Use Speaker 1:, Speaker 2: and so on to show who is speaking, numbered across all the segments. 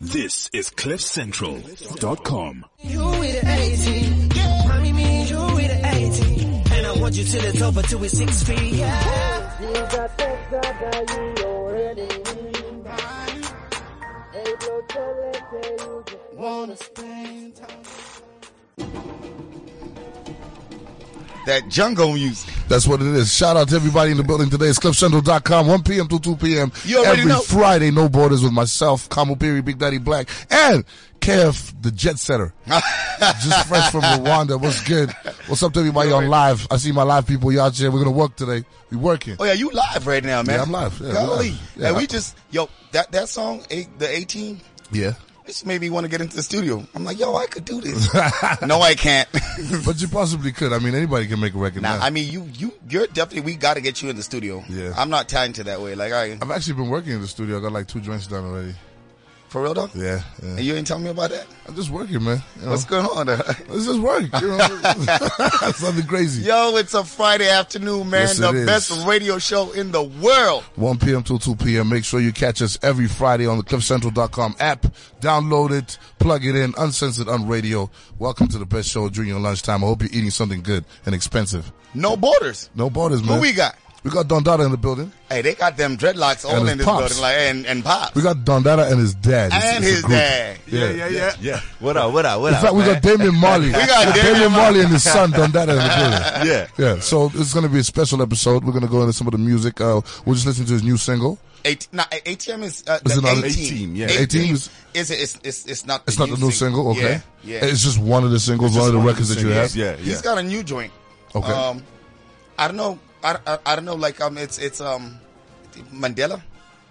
Speaker 1: This is CliffCentral.com.
Speaker 2: You with the 18. Mommy, me, you with the 18. And I want you to the top until we're six feet. Yeah.
Speaker 3: That jungle music.
Speaker 4: That's what it is. Shout out to everybody in the building today. It's CliffCentral.com, 1 p.m. to 2 p.m.
Speaker 3: You already
Speaker 4: Every
Speaker 3: know.
Speaker 4: Friday, No Borders with myself, Kamal Piri, Big Daddy Black, and Kev, the jet setter. Just fresh from Rwanda. What's good? What's up to everybody on live? I see my live people. Y'all out here. We're going to work today. We working.
Speaker 3: Oh yeah, you live right now, man.
Speaker 4: Yeah, I'm live. Yeah, I'm
Speaker 3: Golly,
Speaker 4: live. Yeah,
Speaker 3: and we
Speaker 4: I-
Speaker 3: just yo that that song, eight, the 18.
Speaker 4: Yeah.
Speaker 3: This made me want to get into the studio. I'm like, yo, I could do this. no, I can't.
Speaker 4: But you possibly could. I mean, anybody can make a record
Speaker 3: nah,
Speaker 4: now.
Speaker 3: I mean, you you you're definitely. We got to get you in the studio.
Speaker 4: Yeah.
Speaker 3: I'm not talented that way. Like, I
Speaker 4: I've actually been working in the studio. I got like two joints done already.
Speaker 3: for real though.
Speaker 4: Yeah. yeah.
Speaker 3: And you ain't telling me about that.
Speaker 4: I'm just working, man. You know,
Speaker 3: What's going on? There?
Speaker 4: it's just work. You know, it's nothing crazy.
Speaker 3: Yo, it's a Friday afternoon, man.
Speaker 4: Yes, it
Speaker 3: the
Speaker 4: is.
Speaker 3: best radio show in the world.
Speaker 4: 1 p.m. till 2 p.m. Make sure you catch us every Friday on the CliffCentral.com app. Download it, plug it in, uncensored, unradio. Welcome to the best show during your lunchtime. I hope you're eating something good and expensive.
Speaker 3: No borders.
Speaker 4: No borders, man.
Speaker 3: Who we got?
Speaker 4: We got Dondada in the building.
Speaker 3: Hey, they got them dreadlocks all
Speaker 4: And his
Speaker 3: in this
Speaker 4: pops.
Speaker 3: building, like and and pops.
Speaker 4: We got Dondada and his dad. It's-
Speaker 3: and
Speaker 4: it's a
Speaker 3: his
Speaker 4: group.
Speaker 3: dad.
Speaker 4: Yeah, yeah,
Speaker 3: yeah. Yeah. What up? What up? What
Speaker 4: In fact, we got Damian Marley. we
Speaker 3: got Damian
Speaker 4: Marley and his son Dondada in the building.
Speaker 3: Yeah.
Speaker 4: Yeah, so it's going to be a special episode. We're going to go into some of the music. Uh, we'll just listen to his new single.
Speaker 3: Eight, nah, ATM is uh,
Speaker 4: Is
Speaker 3: the
Speaker 4: it
Speaker 3: 18.
Speaker 4: not- 18, yeah.
Speaker 3: 18
Speaker 4: 18
Speaker 3: is
Speaker 4: is-
Speaker 3: it's it's it's, it's not the
Speaker 4: It's not the new single, okay?
Speaker 3: Yeah, yeah.
Speaker 4: It's just one of the singles, one of the records that you have.
Speaker 5: Yeah, yeah.
Speaker 3: He's got a new joint.
Speaker 4: Okay.
Speaker 3: Um, I don't know. I, I, I don't know. Like um, it's it's um, Mandela.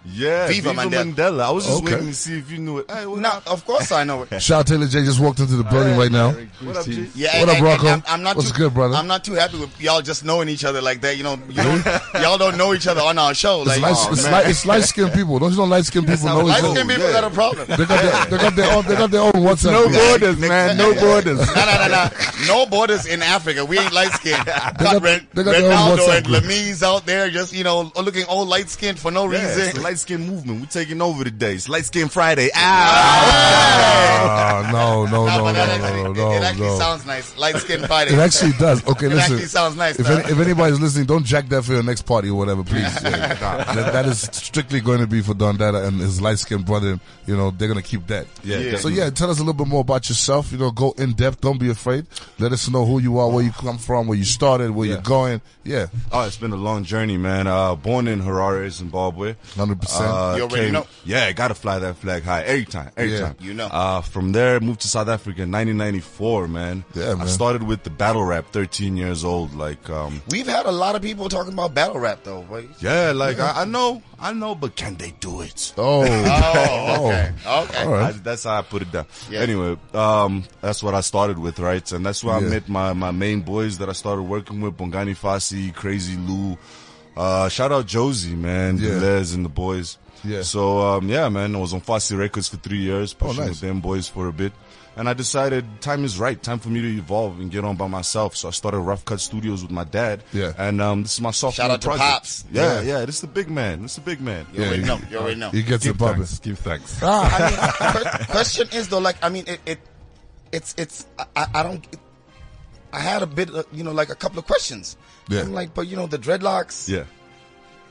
Speaker 5: yeah,
Speaker 3: Viva
Speaker 5: Viva,
Speaker 3: Mandela.
Speaker 5: Mandela. I was just
Speaker 4: Okay.
Speaker 5: waiting to see if you knew it. Hey, what
Speaker 3: No,
Speaker 5: up?
Speaker 3: of course I know it.
Speaker 4: Shout out Taylor J just walked into the building right now.
Speaker 5: What up, G?
Speaker 3: Yeah,
Speaker 4: What
Speaker 3: and-
Speaker 4: up,
Speaker 3: and-
Speaker 4: Rocco?
Speaker 3: and I'm, I'm not
Speaker 4: What's
Speaker 3: too,
Speaker 4: good, brother?
Speaker 3: I'm not too happy with y'all just knowing each other like that. You know, you don't, y'all don't know each other on our show. Like,
Speaker 4: It's light,
Speaker 3: oh,
Speaker 4: it's
Speaker 3: man.
Speaker 4: light, it's light skinned people. Don't you know light skinned people know each
Speaker 3: light-skinned
Speaker 4: other?
Speaker 3: people got a problem.
Speaker 4: They got, their, they, got their own, they got their own WhatsApp. group.
Speaker 5: borders, man. No borders.
Speaker 3: No, no, no, no. No borders in Africa. We ain't light skinned. Got
Speaker 4: got-
Speaker 3: Ren-
Speaker 4: they got their own
Speaker 3: Ronaldo
Speaker 4: WhatsApp
Speaker 3: and
Speaker 4: group.
Speaker 3: Lamise out there just, you know, looking all light skinned for no
Speaker 5: Yeah, it's
Speaker 3: reason.
Speaker 5: the light skin movement. We're taking over today. It's light skin Friday. Ah,
Speaker 4: Ah, no, no,
Speaker 3: Nah,
Speaker 4: no,
Speaker 3: but that
Speaker 4: no, no,
Speaker 3: actually-
Speaker 4: no,
Speaker 3: it actually
Speaker 4: no.
Speaker 3: sounds nice. Light skinned fighting.
Speaker 4: It actually does. Okay,
Speaker 3: It actually
Speaker 4: listen.
Speaker 3: sounds nice.
Speaker 4: If,
Speaker 3: though.
Speaker 4: any, if anybody's listening, don't jack that for your next party or whatever, please. Yeah, nah. that, that is strictly going to be for Don Dada and his light skinned brother. You know, they're going to keep that.
Speaker 5: Yeah, Yeah.
Speaker 4: So, yeah, tell us a little bit more about yourself. You know, go in depth. Don't be afraid. Let us know who you are, where you come from, where you started, where
Speaker 5: Yeah.
Speaker 4: you're going. Yeah.
Speaker 5: Oh, it's been a long journey, man. Uh, born in Harare, Zimbabwe.
Speaker 4: 100%.
Speaker 5: Uh,
Speaker 3: You already
Speaker 5: came-
Speaker 3: know.
Speaker 5: Yeah, gotta fly that flag high every time. Every
Speaker 4: Yeah.
Speaker 5: time.
Speaker 3: You know.
Speaker 5: Uh, from there, moved to South Africa in 1994, man.
Speaker 4: Yeah,
Speaker 5: I
Speaker 4: man.
Speaker 5: started with the battle rap, 13 years old. Like, um,
Speaker 3: We've had a lot of people talking about battle rap though. Wait.
Speaker 5: yeah, like I, I know, I know, but can they do it?
Speaker 4: Oh.
Speaker 3: Oh, okay. Okay.
Speaker 4: All right.
Speaker 5: I, that's how I put it down.
Speaker 3: Yeah.
Speaker 5: Anyway, um, that's what I started with, right? And that's where
Speaker 4: Yeah.
Speaker 5: I met my, my main boys that I started working with, Bongani Fasi, Crazy Lou. Uh, shout out Josie, man,
Speaker 4: Yeah.
Speaker 5: Delez and the boys.
Speaker 4: Yeah. Oh,
Speaker 5: So, um, yeah, man, I was on Fasi Records for three years, pushing
Speaker 4: nice.
Speaker 5: with them boys for a bit. And I decided time is right, time for me to evolve and get on by myself. So I started Rough Cut Studios with my dad.
Speaker 4: Yeah.
Speaker 5: And, um, this is my sophomore
Speaker 3: out to
Speaker 5: project.
Speaker 3: Pops.
Speaker 5: Yeah, yeah, This is the big man. This is the big man.
Speaker 3: You already know. You already know.
Speaker 4: He gets it bumping.
Speaker 5: Give thanks.
Speaker 4: Ah,
Speaker 3: I mean, que- question is though, like, I mean, it, it it's, it's, I- I, I don't, it, I had a bit, of, you know, like a couple of questions.
Speaker 4: Yeah.
Speaker 3: I'm like, but you know, the dreadlocks,
Speaker 5: Yeah.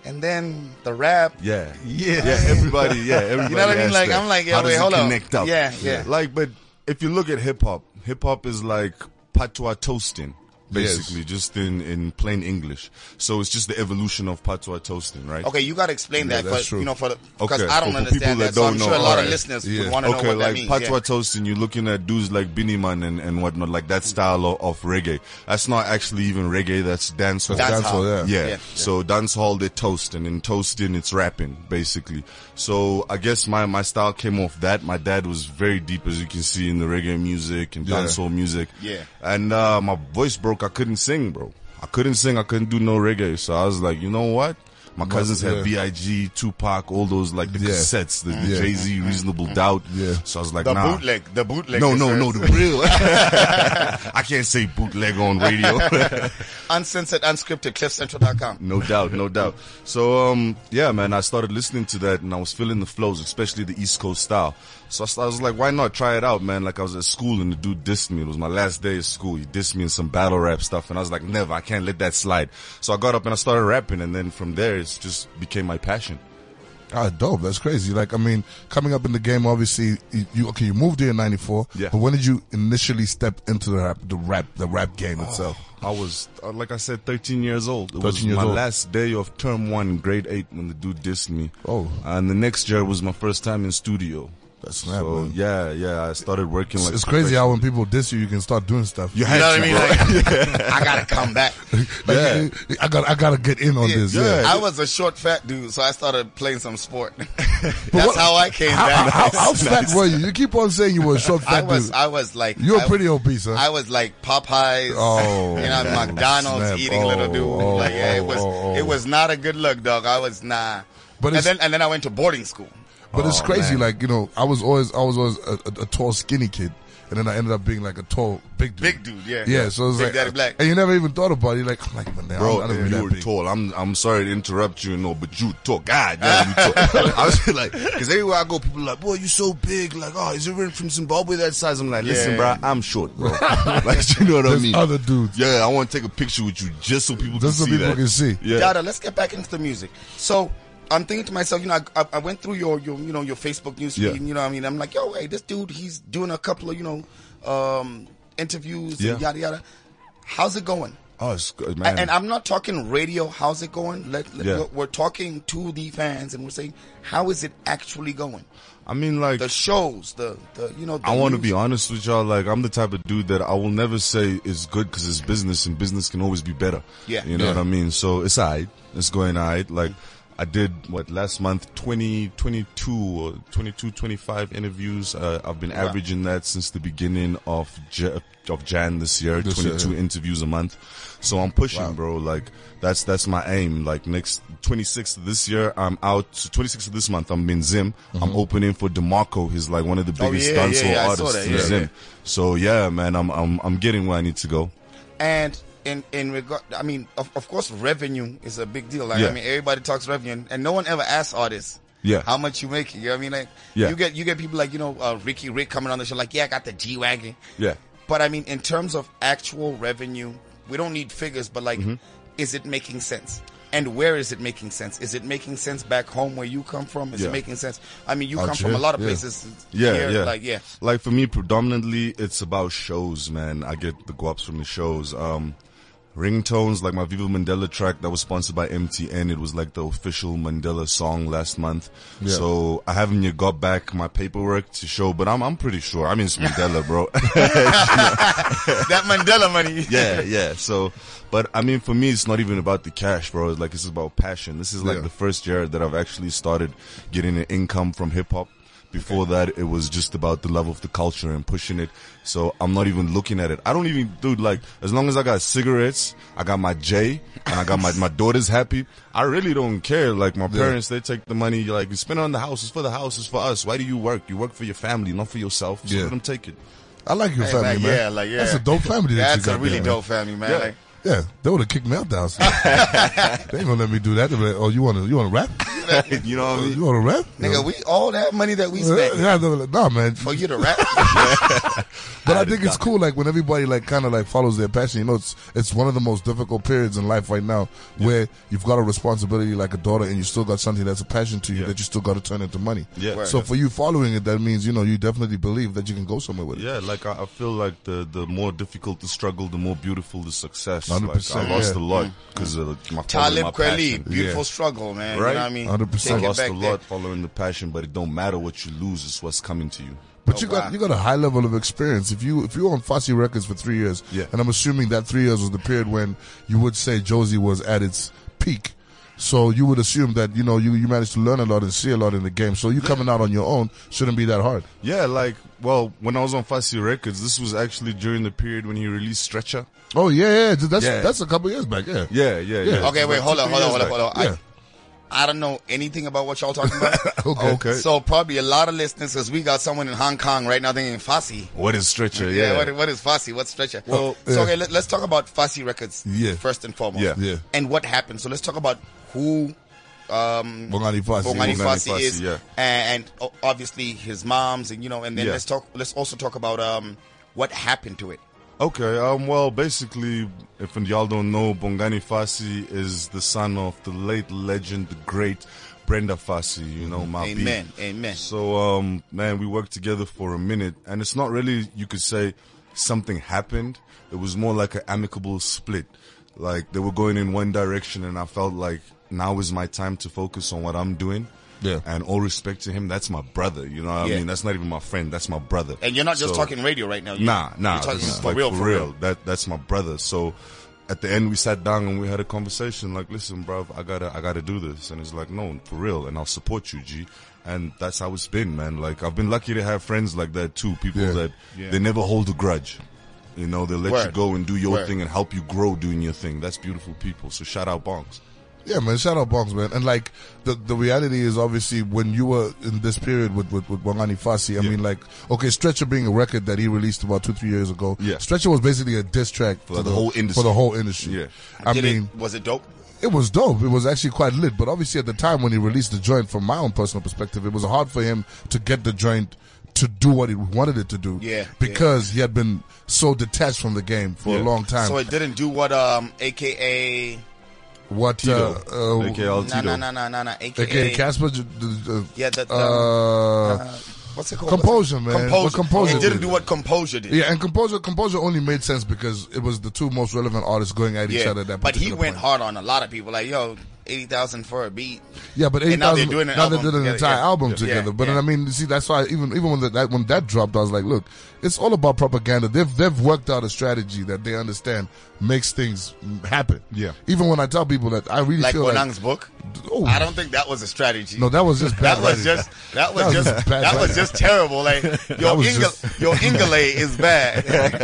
Speaker 3: and then the rap,
Speaker 5: Yeah. Yeah. Yeah. Everybody. Yeah. Everybody.
Speaker 3: You know what I mean?
Speaker 5: has
Speaker 3: Like,
Speaker 5: that.
Speaker 3: I'm like, yeah,
Speaker 5: How does
Speaker 3: wait,
Speaker 5: it
Speaker 3: hold on.
Speaker 5: connect up?
Speaker 3: Yeah, yeah.
Speaker 5: Like, but if you look at hip hop, hip hop is like patois toasting. Basically, just in, in plain English. So it's just the evolution of patois toasting, right?
Speaker 3: Okay, you got to explain
Speaker 4: Yeah,
Speaker 3: that,
Speaker 4: that's
Speaker 3: but
Speaker 4: true.
Speaker 3: you know, for the because
Speaker 5: Okay,
Speaker 3: I don't
Speaker 5: for- for people
Speaker 3: understand
Speaker 5: that
Speaker 3: that, so I'm
Speaker 5: don't
Speaker 3: sure
Speaker 5: know,
Speaker 3: a lot of
Speaker 5: alright.
Speaker 3: listeners
Speaker 4: Yeah.
Speaker 3: would want to
Speaker 5: Okay,
Speaker 3: know what that
Speaker 5: like
Speaker 3: means.
Speaker 5: patois
Speaker 3: yeah.
Speaker 5: toasting, you're looking at dudes like Biniman and, and whatnot, like that style of, of reggae. That's not actually even reggae, that's dance
Speaker 4: That's Dancehall, dancehall,
Speaker 5: yeah.
Speaker 3: Yeah.
Speaker 5: So dance hall they toast and in toasting it's rapping basically. So I guess my, my style came off that. My dad was very deep as you can see in the reggae music and
Speaker 4: Yeah.
Speaker 5: dancehall music.
Speaker 3: Yeah.
Speaker 5: And uh, my voice broke. I couldn't sing, bro. I couldn't sing. I couldn't do no reggae. So I was like, you know what? My cousins had
Speaker 4: yeah.
Speaker 5: B.I.G., Tupac, all those like the
Speaker 4: Yeah.
Speaker 5: cassettes, the, the
Speaker 4: Yeah. Mm-hmm.
Speaker 5: Jay-Z, Reasonable Doubt.
Speaker 4: Yeah.
Speaker 5: So I was like,
Speaker 3: the
Speaker 5: nah.
Speaker 3: bootleg, the bootleg.
Speaker 5: No,
Speaker 3: is
Speaker 5: no,
Speaker 3: where
Speaker 5: no,
Speaker 3: it's
Speaker 5: the real. I can't say bootleg on radio.
Speaker 3: Uncensored, unscripted, cliffcentral.com.
Speaker 5: No doubt, no doubt. So, um, yeah, man, I started listening to that and I was feeling the flows, especially the East Coast style. So I, st- I was like, why not try it out, man? Like I was at school and the dude dissed me. It was my last day of school. He dissed me in some battle rap stuff, and I was like, never. I can't let that slide. So I got up and I started rapping, and then from there, it's just became my passion.
Speaker 4: Ah, dope. That's crazy. Like, I mean, coming up in the game, obviously, you, you okay? You moved here in '94.
Speaker 5: Yeah.
Speaker 4: But when did you initially step into the rap, the rap, the rap game itself?
Speaker 5: I was, uh, like I said, 13 years old. It was
Speaker 4: 13 years
Speaker 5: my
Speaker 4: old.
Speaker 5: last day of term one, in grade eight, when the dude dissed me.
Speaker 4: Oh.
Speaker 5: And the next year was my first time in studio.
Speaker 4: That's snap,
Speaker 5: so,
Speaker 4: man.
Speaker 5: yeah, yeah, I started working like.
Speaker 4: It's crazy how when people diss you, you can start doing stuff.
Speaker 5: You
Speaker 3: You know
Speaker 5: had
Speaker 3: what I
Speaker 5: to,
Speaker 3: mean?
Speaker 5: bro.
Speaker 3: Like, I gotta come back.
Speaker 4: Like,
Speaker 5: Yeah.
Speaker 4: you- you- I got, I gotta get in on this. Yeah.
Speaker 3: I was a short, fat dude, so I started playing some sport. That's how I came
Speaker 4: How,
Speaker 3: back.
Speaker 4: how, how fat were you? You keep on saying you were a short
Speaker 3: I
Speaker 4: fat
Speaker 3: was,
Speaker 4: dude.
Speaker 3: I was like,
Speaker 4: you were
Speaker 3: I-
Speaker 4: pretty obese, huh?
Speaker 3: I was like Popeyes,
Speaker 4: Oh,
Speaker 3: you know,
Speaker 4: man.
Speaker 3: McDonald's
Speaker 4: Snap.
Speaker 3: eating little dude.
Speaker 4: Oh,
Speaker 3: like, yeah,
Speaker 4: oh,
Speaker 3: it was,
Speaker 4: oh, oh.
Speaker 3: it was not a good look, dog. I was nah.
Speaker 4: But
Speaker 3: But and
Speaker 4: it's-
Speaker 3: then, and then I went to boarding school.
Speaker 4: But
Speaker 3: Oh,
Speaker 4: it's crazy, like you know, I was always I was always a, a, a tall, skinny kid, and then I ended up being like a tall, big dude.
Speaker 3: Big dude, yeah.
Speaker 4: Yeah, so it was
Speaker 3: Big
Speaker 4: like,
Speaker 3: Daddy Black.
Speaker 4: and you never even thought about it. You're like, I'm like, man,
Speaker 5: Bro,
Speaker 4: I don't
Speaker 5: if
Speaker 4: be
Speaker 5: you
Speaker 4: that
Speaker 5: were
Speaker 4: big.
Speaker 5: tall. I'm I'm sorry to interrupt you, no, but you tall. God damn, you tall. I was like, because everywhere I go, people are like, boy, you so big. Like, oh, is everyone from Zimbabwe that size? I'm like, listen,
Speaker 3: Yeah.
Speaker 5: bro, I'm short, bro. like, you know what I
Speaker 4: There's
Speaker 5: mean?
Speaker 4: other dudes.
Speaker 5: Yeah, I want to take a picture with you just so people
Speaker 4: Just so
Speaker 5: can see
Speaker 4: people
Speaker 5: that.
Speaker 4: can see.
Speaker 5: Yeah.
Speaker 3: Dada, let's get back into the music. So I'm thinking to myself, you know, I, I, I went through your, your, you know, your Facebook news feed,
Speaker 5: Yeah.
Speaker 3: and, you know, what I mean, I'm like, yo, hey, this dude, he's doing a couple of, you know, um, interviews, and
Speaker 5: Yeah.
Speaker 3: yada yada. How's it going?
Speaker 5: Oh, it's good,
Speaker 3: A-
Speaker 5: man.
Speaker 3: And I'm not talking radio. How's it going? Let, let-
Speaker 5: Yeah.
Speaker 3: we're, we're talking to the fans, and we're saying, how is it actually going?
Speaker 5: I mean, like,
Speaker 3: The shows, the, the you know. The
Speaker 5: I want to
Speaker 3: news-
Speaker 5: be honest with y'all. Like, I'm the type of dude that I will never say is good because it's business and business can always be better.
Speaker 3: Yeah.
Speaker 5: You know
Speaker 4: Yeah.
Speaker 5: what I mean? So it's alright. It's going alright. Like, I did what last month 20, 22 or 22, 25 interviews. Uh, I've been averaging that since the beginning of Ja- of Jan this year.
Speaker 4: This year,
Speaker 5: 22
Speaker 4: yeah.
Speaker 5: interviews a month. So I'm pushing, bro. Like that's that's my aim. Like next 26th of this year, I'm out. 26th of this month, I'm in Zim.
Speaker 4: Mm-hmm.
Speaker 5: I'm opening for Demarco. He's like one of the
Speaker 3: Oh,
Speaker 5: biggest
Speaker 3: yeah,
Speaker 5: dancehall
Speaker 3: yeah, yeah, I saw
Speaker 5: artists
Speaker 3: that,
Speaker 5: in
Speaker 3: yeah.
Speaker 5: Zim. So yeah, man, I'm I'm I'm getting where I need to go.
Speaker 3: And in in regard, I mean, of, of course, revenue is a big deal. Like, I
Speaker 5: Yeah.
Speaker 3: mean, everybody talks revenue, and, and no one ever asks artists.
Speaker 5: Yeah.
Speaker 3: How much you making? You know what I mean? Like,
Speaker 5: Yeah.
Speaker 3: you get you get people like you know uh, Ricky Rick coming on the show like, yeah, I got the G wagon.
Speaker 5: Yeah.
Speaker 3: But I mean, in terms of actual revenue, we don't need figures, but like,
Speaker 5: Mm-hmm.
Speaker 3: is it making sense? And where is it making sense? Is it making sense back home where you come from? Is
Speaker 5: Yeah.
Speaker 3: it making sense? I mean, you
Speaker 4: Out
Speaker 3: come from
Speaker 4: here,
Speaker 3: a lot of
Speaker 4: yeah.
Speaker 3: places.
Speaker 5: Yeah,
Speaker 3: here,
Speaker 5: yeah.
Speaker 3: Like, yeah.
Speaker 5: Like for me, predominantly, it's about shows, man. I get the guaps from the shows. Um, ringtones, like my Viva Mandela track that was sponsored by MTN. It was like the official Mandela song last month. So I haven't yet got back my paperwork to show, but I'm, I'm pretty sure. I mean, it's Mandela, bro.
Speaker 3: that Mandela money.
Speaker 5: yeah, yeah. So, but I mean, for me, it's not even about the cash, bro. It's like it's about passion. This is like
Speaker 4: Yeah.
Speaker 5: the first year that I've actually started getting an income from hip hop. Before that, it was just about the love of the culture and pushing it. So I'm not even looking at it. I don't even, dude, like, as long as I got cigarettes, I got my J, and I got my, my daughter's happy, I really don't care. Like, my parents, they take the money, like, you spend it on the house, it's for the house, it's for us. Why do you work? You work for your family, not for yourself. So
Speaker 4: Yeah.
Speaker 5: let them take it.
Speaker 4: I like your family,
Speaker 3: like,
Speaker 4: man.
Speaker 3: yeah, like, yeah.
Speaker 4: That's a dope family. that you
Speaker 3: That's
Speaker 4: got
Speaker 3: a really
Speaker 4: there, man.
Speaker 3: dope family, man. Like,
Speaker 4: Yeah, they would have kicked me out the house. they ain't gonna let me do that. They'll be like, oh, you want to you want to rap?
Speaker 5: you know what I mean?
Speaker 4: You want to rap?
Speaker 3: Nigga, we all that money that we
Speaker 4: yeah,
Speaker 3: spent
Speaker 4: yeah, they were like, nah, man.
Speaker 3: for you to rap.
Speaker 4: But I think it's cool, like when everybody like kind of like follows their passion. You know, it's it's one of the most difficult periods in life right now, where you've got a responsibility like a daughter, and you still got something that's a passion to you that you still got to turn into money.
Speaker 5: Yeah. Right.
Speaker 4: So for you following it, that means you know you definitely believe that you can go somewhere with it.
Speaker 5: Yeah, like I, I feel like the the more difficult the struggle, the more beautiful the success.
Speaker 4: 100%,
Speaker 5: Like I lost
Speaker 4: yeah.
Speaker 5: a lot because of my following
Speaker 3: Talib
Speaker 5: my
Speaker 3: Kweli,
Speaker 5: passion.
Speaker 3: beautiful
Speaker 4: Yeah.
Speaker 3: struggle, man. You
Speaker 5: Right?
Speaker 3: know what I mean?
Speaker 4: 100%.
Speaker 3: Take
Speaker 5: I
Speaker 3: it
Speaker 5: lost
Speaker 3: back
Speaker 5: a
Speaker 3: there.
Speaker 5: lot following the passion, but it don't matter what you lose; it's what's coming to you.
Speaker 4: But
Speaker 3: Oh,
Speaker 4: you
Speaker 3: wow.
Speaker 4: got you got a high level of experience. If you if you were on Fosse Records for three years,
Speaker 5: Yeah.
Speaker 4: and I'm assuming that three years was the period when you would say Josie was at its peak. So you would assume that you know you, you managed to learn a lot and see a lot in the game. So you coming out on your own shouldn't be that hard.
Speaker 5: Yeah, like well, when I was on Fussy Records, this was actually during the period when he released Stretcher.
Speaker 4: Oh yeah, yeah, that's
Speaker 5: Yeah.
Speaker 4: that's a couple years back. Yeah,
Speaker 5: Yeah, yeah, yeah.
Speaker 3: Okay, wait,
Speaker 5: Like
Speaker 3: hold
Speaker 5: two,
Speaker 3: on, hold on,
Speaker 5: three years
Speaker 3: hold on,
Speaker 5: back.
Speaker 3: hold on.
Speaker 4: Yeah.
Speaker 3: I, I don't know anything about what y'all talking about.
Speaker 4: Okay.
Speaker 5: Okay.
Speaker 3: So probably a lot of listeners, because we got someone in Hong Kong right now thinking Fassi.
Speaker 5: What is Stretcher?
Speaker 3: Yeah.
Speaker 5: Yeah,
Speaker 3: what, what is Fassi? What's Stretcher?
Speaker 5: Well,
Speaker 3: so
Speaker 4: yeah.
Speaker 3: okay, let, us talk about Fassi Records
Speaker 4: Yeah.
Speaker 3: first and foremost.
Speaker 5: Yeah.
Speaker 4: Yeah.
Speaker 3: And what happened. So let's talk about who um,
Speaker 4: Bongani Fassi.
Speaker 3: Bongani
Speaker 5: Bongani
Speaker 3: Fassi
Speaker 5: Fassi,
Speaker 3: is,
Speaker 5: yeah.
Speaker 3: and, and o- obviously his mom's, and you know, and then
Speaker 5: Yeah.
Speaker 3: let's talk. Let's also talk about um, what happened to it.
Speaker 5: Okay, um, well, basically, if y'all don't know, Bongani Fassi is the son of the late legend, the great Brenda Fassi, you know, my B.
Speaker 3: Amen, amen.
Speaker 5: So, um, man, we worked together for a minute, and it's not really, you could say, something happened. It was more like an amicable split. Like, they were going in one direction, and I felt like now is my time to focus on what I'm doing.
Speaker 4: Yeah.
Speaker 5: And all respect to him, that's my brother, you know what
Speaker 3: Yeah.
Speaker 5: I mean? That's not even my friend, that's my brother.
Speaker 3: And you're not just
Speaker 5: So-
Speaker 3: talking radio right now. You-
Speaker 5: Nah, nah,
Speaker 3: You're talking
Speaker 5: this is
Speaker 3: for
Speaker 5: like
Speaker 3: real, for real.
Speaker 5: That that's my brother. So at the end, we sat down and we had a conversation. Like, listen, bro, I gotta, I gotta do this. And he's like, no, for real, and I'll support you, G. And that's how it's been, man. Like, I've been lucky to have friends like that too. People
Speaker 4: Yeah.
Speaker 5: that they never hold a grudge. You know, they let you
Speaker 3: Word.
Speaker 5: go and do your
Speaker 3: Word.
Speaker 5: thing and help you grow doing your thing. That's beautiful people. So shout out Bonks.
Speaker 4: Yeah, man. Shout out Bongs, man. And like the the reality is obviously when you were in this period with with, with Wangani Fassi, I mean like okay, Stretcher being a record that he released about two three years ago.
Speaker 5: Yeah.
Speaker 4: Stretcher was basically a diss track for
Speaker 5: the whole industry.
Speaker 4: For the whole industry.
Speaker 5: Yeah.
Speaker 4: I
Speaker 3: Did
Speaker 4: mean,
Speaker 3: it, was it dope?
Speaker 4: it was dope. It was actually quite lit. But obviously, at the time when he released the joint, from my own personal perspective, it was hard for him to get the joint to do what he wanted it to do.
Speaker 3: Yeah,
Speaker 4: Because he had been so detached from the game for a
Speaker 5: Yeah.
Speaker 4: long time.
Speaker 3: So it didn't do what, um, AKA.
Speaker 4: what? Uh, uh,
Speaker 5: AKA Al
Speaker 3: Nah,
Speaker 5: Tito.
Speaker 3: nah, nah, nah, nah, nah. AKA.
Speaker 4: AKA Casper. uh, j- d- d-
Speaker 3: Yeah, that- that-
Speaker 4: uh,
Speaker 3: What's it called?
Speaker 4: Composure,
Speaker 3: What's it-
Speaker 4: man. What
Speaker 3: Composure.
Speaker 4: Composure
Speaker 3: It didn't
Speaker 4: did.
Speaker 3: do what composure did.
Speaker 4: yeah, and composure. Composure only made sense because it was the two most relevant artists going at each
Speaker 3: Yeah.
Speaker 4: other. At that
Speaker 3: but he
Speaker 4: particular
Speaker 3: went
Speaker 4: point.
Speaker 3: hard on a lot of people. Like, yo, 80,000 for a beat.
Speaker 4: Yeah, but eighty
Speaker 3: And now they're
Speaker 4: thousand. Now,
Speaker 3: doing an
Speaker 4: they
Speaker 3: album
Speaker 4: did an
Speaker 3: together,
Speaker 4: entire
Speaker 3: yeah.
Speaker 4: album
Speaker 3: Yeah.
Speaker 4: together.
Speaker 3: Yeah,
Speaker 4: But
Speaker 3: yeah.
Speaker 4: I mean, you see, that's why even even when the, that when that dropped, I was like, look, it's all about propaganda. They've they've worked out a strategy that they understand makes things happen.
Speaker 5: Yeah.
Speaker 4: Even when I tell people that, I really
Speaker 3: Like
Speaker 4: feel
Speaker 3: Bonang's book.
Speaker 4: like, oh,
Speaker 3: I don't think that was a strategy.
Speaker 4: No, that was just bad.
Speaker 3: That was
Speaker 4: writing.
Speaker 3: just that was
Speaker 4: That was
Speaker 3: just
Speaker 4: bad
Speaker 3: that was
Speaker 4: writing.
Speaker 3: just terrible. Like your
Speaker 4: was
Speaker 3: Ingle, your Ingele is bad.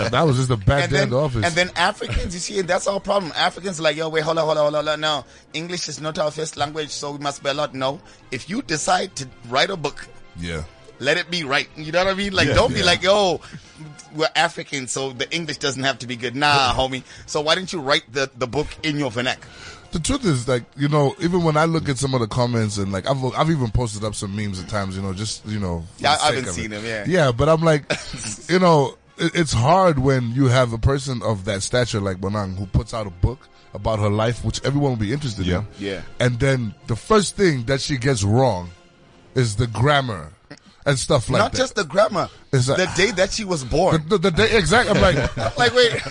Speaker 4: that was just a bad
Speaker 3: and
Speaker 4: day
Speaker 3: then
Speaker 4: in the office.
Speaker 3: and then Africans, you see, that's our problem. Africans like yo, wait, hold on, hold on, hold on, hold on. No, English is not our first language, so we must spell out. No, if you decide to write a book,
Speaker 4: yeah.
Speaker 3: let it be right. You know what I mean? Like,
Speaker 5: Yeah,
Speaker 3: don't be
Speaker 5: yeah.
Speaker 3: like yo, we're African, so the English doesn't have to be good. Nah, homie. So why didn't you write the the book in your vernac?
Speaker 4: the truth is like you know even when i look at some of the comments and like i've i've even posted up some memes at times you know just you know for
Speaker 3: Yeah, I
Speaker 4: the sake
Speaker 3: haven't
Speaker 4: of
Speaker 3: seen
Speaker 4: it.
Speaker 3: them, yeah.
Speaker 4: yeah but i'm like you know it, it's hard when you have a person of that stature like bonang who puts out a book about her life which everyone will be interested
Speaker 5: Yeah.
Speaker 4: in
Speaker 3: Yeah.
Speaker 4: and then the first thing that she gets wrong is the grammar and stuff like
Speaker 3: not
Speaker 4: that
Speaker 3: just the grammar.
Speaker 4: It's like-
Speaker 3: the day that she was born.
Speaker 4: the, the, the exact i'm like
Speaker 3: like wait,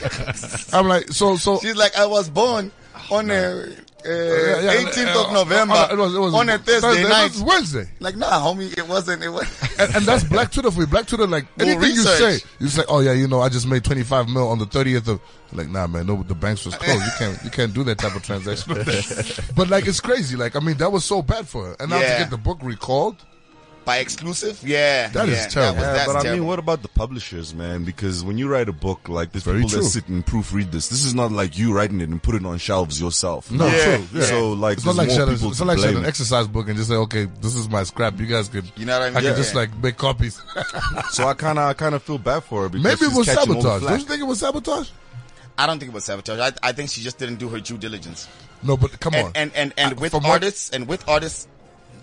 Speaker 4: i'm like so so
Speaker 3: she's like I was born on the
Speaker 4: Oh,
Speaker 3: uh,
Speaker 4: yeah, yeah,
Speaker 3: eighteenth
Speaker 4: uh,
Speaker 3: of November
Speaker 4: uh, it was- it was
Speaker 3: on a Thursday,
Speaker 4: it
Speaker 3: night.
Speaker 4: was wednesday
Speaker 3: Like nah, homie, it wasn't. It was.
Speaker 4: and, and that's Black Twitter for you. Black Twitter, like
Speaker 3: More
Speaker 4: anything you say,
Speaker 3: research.
Speaker 4: you say, "Oh yeah, you know, I just made twenty five mil on the thirtieth of." Like, nah, man, no, the banks was closed. You can't, you can't do that type of transaction. but like, it's crazy. Like, I mean, that was so bad for her, and now to
Speaker 3: Yeah.
Speaker 4: get the book recalled.
Speaker 3: By exclusive, yeah,
Speaker 4: That
Speaker 3: yeah,
Speaker 4: is terrible.
Speaker 3: was-
Speaker 5: Yeah,
Speaker 3: that's
Speaker 5: but I
Speaker 3: terrible.
Speaker 5: mean, what about the publishers, man? Because when you write a book, like there's
Speaker 4: Very
Speaker 5: people that
Speaker 4: true.
Speaker 5: sit and proofread this. This is not like you writing it and put it on shelves yourself.
Speaker 4: No,
Speaker 3: Yeah.
Speaker 4: true. Yeah.
Speaker 5: So like,
Speaker 4: it's not
Speaker 5: there's
Speaker 4: like she
Speaker 5: more
Speaker 4: had, a,
Speaker 5: people
Speaker 4: it's
Speaker 5: to
Speaker 4: not like she had
Speaker 5: blame.
Speaker 4: an exercise book and just say, "Okay, this is my scrap. You guys could,
Speaker 3: You know what I mean?
Speaker 4: I could
Speaker 3: Yeah.
Speaker 4: just like make copies."
Speaker 5: so I kind of, I kind of feel bad for her. Because
Speaker 4: Maybe it
Speaker 5: she's
Speaker 4: was
Speaker 5: catching all the
Speaker 4: sabotage.
Speaker 5: flack.
Speaker 4: Don't you think it was sabotage?
Speaker 3: I don't think it was sabotage. I, I think she just didn't do her due diligence.
Speaker 4: No, but come on.
Speaker 3: And and and, and
Speaker 4: Uh,
Speaker 3: with
Speaker 4: from what-
Speaker 3: artists and with artists,